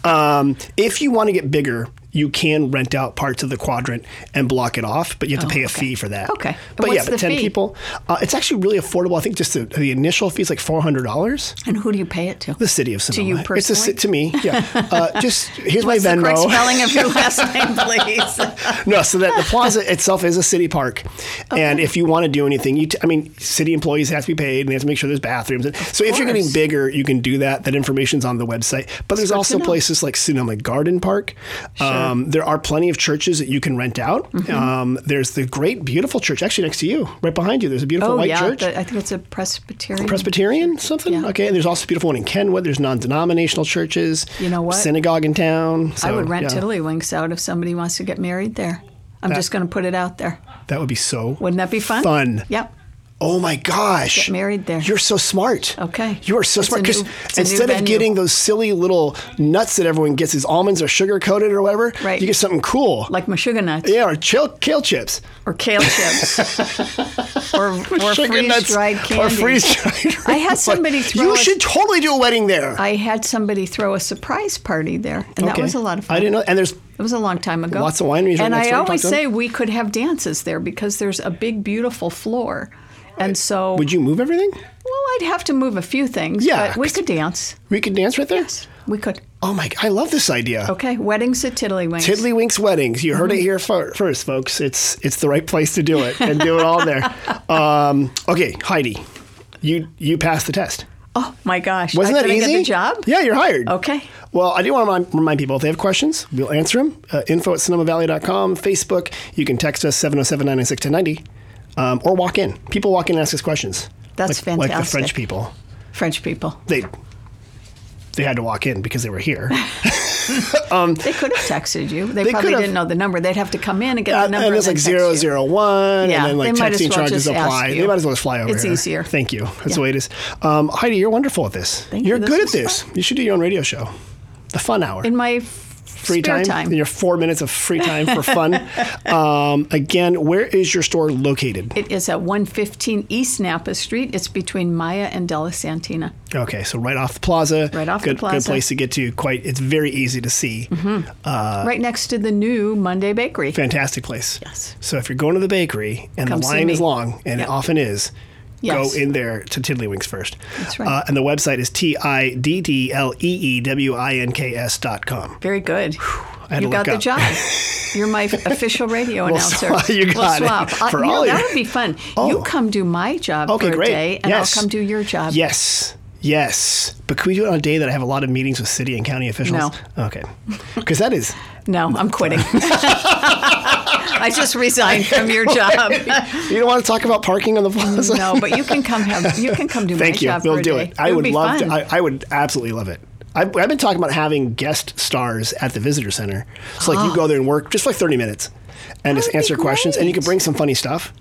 [SPEAKER 1] um, if you want to get bigger, you can rent out parts of the quadrant and block it off, but you have to pay a fee for that.
[SPEAKER 2] Oh, Okay. And
[SPEAKER 1] but yeah,
[SPEAKER 2] what's
[SPEAKER 1] but
[SPEAKER 2] the
[SPEAKER 1] ten
[SPEAKER 2] fee?
[SPEAKER 1] people, uh, it's actually really affordable. I think just the, the initial fee is like four hundred dollars.
[SPEAKER 2] And who do you pay it to?
[SPEAKER 1] The city of Sonoma.
[SPEAKER 2] you
[SPEAKER 1] It's a, ci-
[SPEAKER 2] personally?
[SPEAKER 1] to me, yeah. Uh, just here's
[SPEAKER 2] What's
[SPEAKER 1] my
[SPEAKER 2] the correct
[SPEAKER 1] Venmo.
[SPEAKER 2] spelling of your last name, please?
[SPEAKER 1] no, so that the plaza itself is a city park, and if you want to do anything, you t- I mean, city employees have to be paid, and they have to make sure there's bathrooms. so if you're getting
[SPEAKER 2] course.
[SPEAKER 1] bigger, you can do that. That information's on the website. But there's
[SPEAKER 2] good to
[SPEAKER 1] also
[SPEAKER 2] know.
[SPEAKER 1] places like Sonoma Garden Park. Um, there are plenty of churches that you can rent out.
[SPEAKER 2] Mm-hmm.
[SPEAKER 1] Um, there's the great, beautiful church actually next to you, right behind you. There's a beautiful
[SPEAKER 2] Oh
[SPEAKER 1] white
[SPEAKER 2] yeah,
[SPEAKER 1] church.
[SPEAKER 2] the- I think it's a Presbyterian.
[SPEAKER 1] Presbyterian, something
[SPEAKER 2] Yeah.
[SPEAKER 1] okay. And there's also a beautiful one in Kenwood. There's non-denominational churches.
[SPEAKER 2] You know what?
[SPEAKER 1] Synagogue in town.
[SPEAKER 2] I
[SPEAKER 1] So,
[SPEAKER 2] would rent
[SPEAKER 1] yeah.
[SPEAKER 2] Italy Winks out if somebody wants to get married there. I'm just going to put it out there.
[SPEAKER 1] That would be so.
[SPEAKER 2] Wouldn't that be fun?
[SPEAKER 1] Fun.
[SPEAKER 2] Yep.
[SPEAKER 1] Oh my gosh.
[SPEAKER 2] Get married there.
[SPEAKER 1] You're so smart.
[SPEAKER 2] Okay.
[SPEAKER 1] You are so
[SPEAKER 2] It's a
[SPEAKER 1] smart. Because
[SPEAKER 2] new- it's a new
[SPEAKER 1] instead of
[SPEAKER 2] venue.
[SPEAKER 1] getting those silly little nuts that everyone gets, these almonds are sugar coated or whatever,
[SPEAKER 2] Right.
[SPEAKER 1] you get something cool.
[SPEAKER 2] Like Meshuggah nuts
[SPEAKER 1] yeah, or chil- kale chips.
[SPEAKER 2] or kale chips or, or freeze dried candy.
[SPEAKER 1] Or freeze dried.
[SPEAKER 2] I had somebody throw
[SPEAKER 1] You
[SPEAKER 2] us-
[SPEAKER 1] should totally do a wedding there.
[SPEAKER 2] I had somebody throw a surprise party there, and that
[SPEAKER 1] Okay.
[SPEAKER 2] was a lot of fun.
[SPEAKER 1] I didn't know. And there's
[SPEAKER 2] It was a long time ago.
[SPEAKER 1] Lots of wineries right
[SPEAKER 2] And
[SPEAKER 1] next
[SPEAKER 2] I
[SPEAKER 1] door, talk
[SPEAKER 2] always
[SPEAKER 1] to them.
[SPEAKER 2] say we could have dances there because there's a big, beautiful floor. And so,
[SPEAKER 1] would you move everything?
[SPEAKER 2] well, I'd have to move a few things,
[SPEAKER 1] Yeah,
[SPEAKER 2] but we
[SPEAKER 1] 'cause-
[SPEAKER 2] could dance.
[SPEAKER 1] We could dance right there?
[SPEAKER 2] Yes, we could.
[SPEAKER 1] Oh my I love this idea.
[SPEAKER 2] Okay, weddings at Tiddlywinks.
[SPEAKER 1] Tiddlywinks weddings. You
[SPEAKER 2] Mm-hmm.
[SPEAKER 1] heard it here fir- first, folks. It's it's the right place to do it and do it all there. Um, okay, Heidi, you you passed the test.
[SPEAKER 2] oh my gosh!
[SPEAKER 1] Wasn't
[SPEAKER 2] I
[SPEAKER 1] that
[SPEAKER 2] couldn't
[SPEAKER 1] easy?
[SPEAKER 2] Get the job.
[SPEAKER 1] Yeah, you're hired.
[SPEAKER 2] Okay.
[SPEAKER 1] Well, I do want to remind, remind people if they have questions, we'll answer them. Uh, info at cinemavalley.com, Facebook. You can text us 707 996 1090 um, or walk in. People walk in and ask us questions.
[SPEAKER 2] That's
[SPEAKER 1] like, Like the
[SPEAKER 2] fantastic.
[SPEAKER 1] French people.
[SPEAKER 2] French people.
[SPEAKER 1] They. They had to walk in because they were here.
[SPEAKER 2] They could have texted you. They,
[SPEAKER 1] They
[SPEAKER 2] probably
[SPEAKER 1] could have-
[SPEAKER 2] didn't know the number. They'd have to come in and get
[SPEAKER 1] Uh,
[SPEAKER 2] the number.
[SPEAKER 1] and it's like
[SPEAKER 2] then text you.
[SPEAKER 1] zero zero one,
[SPEAKER 2] Yeah,
[SPEAKER 1] and then like
[SPEAKER 2] they might as
[SPEAKER 1] texting
[SPEAKER 2] well
[SPEAKER 1] charges
[SPEAKER 2] just ask
[SPEAKER 1] apply.
[SPEAKER 2] you.
[SPEAKER 1] They might as well just fly over
[SPEAKER 2] It's
[SPEAKER 1] here.
[SPEAKER 2] easier.
[SPEAKER 1] Thank you. That's
[SPEAKER 2] Yeah.
[SPEAKER 1] the way it is. Um, Heidi, you're wonderful at this.
[SPEAKER 2] Thank
[SPEAKER 1] you're
[SPEAKER 2] you. This
[SPEAKER 1] good at
[SPEAKER 2] was
[SPEAKER 1] this. You should do your own radio show. The fun hour.
[SPEAKER 2] In my f-
[SPEAKER 1] free
[SPEAKER 2] spare
[SPEAKER 1] time. Your four minutes of free time for fun. um, again, where is your store located?
[SPEAKER 2] It is at 115 East Napa Street. It's between Maya and Della Santina.
[SPEAKER 1] Okay, so right off the plaza.
[SPEAKER 2] Right off the
[SPEAKER 1] good, Good
[SPEAKER 2] plaza. Mm-hmm.
[SPEAKER 1] place to get to. Quite. It's very easy to see. Uh,
[SPEAKER 2] right next to the new Monday Bakery.
[SPEAKER 1] Fantastic place.
[SPEAKER 2] Yes.
[SPEAKER 1] So if you're going to the bakery and
[SPEAKER 2] Come
[SPEAKER 1] the
[SPEAKER 2] see
[SPEAKER 1] line is
[SPEAKER 2] me.
[SPEAKER 1] long, and it
[SPEAKER 2] Yep.
[SPEAKER 1] often is,
[SPEAKER 2] Yes.
[SPEAKER 1] go in there to Tiddlywinks first.
[SPEAKER 2] That's right.
[SPEAKER 1] Uh, and the website is T I D D L E E W I N K S dot com.
[SPEAKER 2] Very good.
[SPEAKER 1] had to
[SPEAKER 2] you
[SPEAKER 1] look
[SPEAKER 2] got the
[SPEAKER 1] up.
[SPEAKER 2] job. You're my official radio announcer.
[SPEAKER 1] swap- you got it.
[SPEAKER 2] we'll swap. I-
[SPEAKER 1] For
[SPEAKER 2] you know,
[SPEAKER 1] all
[SPEAKER 2] that
[SPEAKER 1] your-
[SPEAKER 2] would be fun.
[SPEAKER 1] Oh.
[SPEAKER 2] You come do my job
[SPEAKER 1] Okay,
[SPEAKER 2] for a
[SPEAKER 1] great.
[SPEAKER 2] day, and
[SPEAKER 1] Yes.
[SPEAKER 2] I'll come do your job.
[SPEAKER 1] Yes. Yes. But can we do it on a day that I have a lot of meetings with city and county officials? Okay. Because that is
[SPEAKER 2] No, I'm quitting. I just resigned from your job.
[SPEAKER 1] You don't want to talk about parking on the plaza?
[SPEAKER 2] No, but you can come have you can come do my
[SPEAKER 1] Thank you.
[SPEAKER 2] job.
[SPEAKER 1] We'll
[SPEAKER 2] for a
[SPEAKER 1] do
[SPEAKER 2] day.
[SPEAKER 1] it. I
[SPEAKER 2] It'll
[SPEAKER 1] would
[SPEAKER 2] be
[SPEAKER 1] love
[SPEAKER 2] fun.
[SPEAKER 1] to. I, I would absolutely love it. I've, I've been talking about having guest stars at the visitor center. So like you go there and work just like 30 minutes and just
[SPEAKER 2] Ah. would be
[SPEAKER 1] answer questions and you can
[SPEAKER 2] great.
[SPEAKER 1] bring some funny stuff.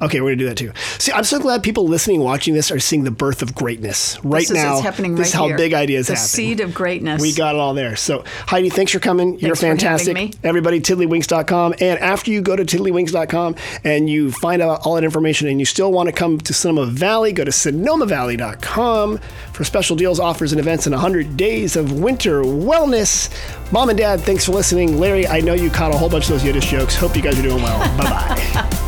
[SPEAKER 1] Okay, we're gonna do that too. See, I'm so glad people listening, watching this, are seeing the birth of greatness right
[SPEAKER 2] this is
[SPEAKER 1] now.
[SPEAKER 2] it's happening
[SPEAKER 1] this is
[SPEAKER 2] right
[SPEAKER 1] how
[SPEAKER 2] here.
[SPEAKER 1] big ideas
[SPEAKER 2] the
[SPEAKER 1] happen.
[SPEAKER 2] seed of greatness.
[SPEAKER 1] We got it all there. So, Heidi, thanks for coming. You're
[SPEAKER 2] Thanks for having
[SPEAKER 1] fantastic.
[SPEAKER 2] me.
[SPEAKER 1] Everybody, tiddlywinks.com. And after you go to tiddlywinks.com and you find out all that information and you still want to come to Sonoma Valley, go to sonomavalley.com for special deals, offers, and events in 100 days of winter wellness. Mom and Dad, thanks for listening. Larry, I know you caught a whole bunch of those Yiddish jokes. Hope you guys are doing well. Bye bye.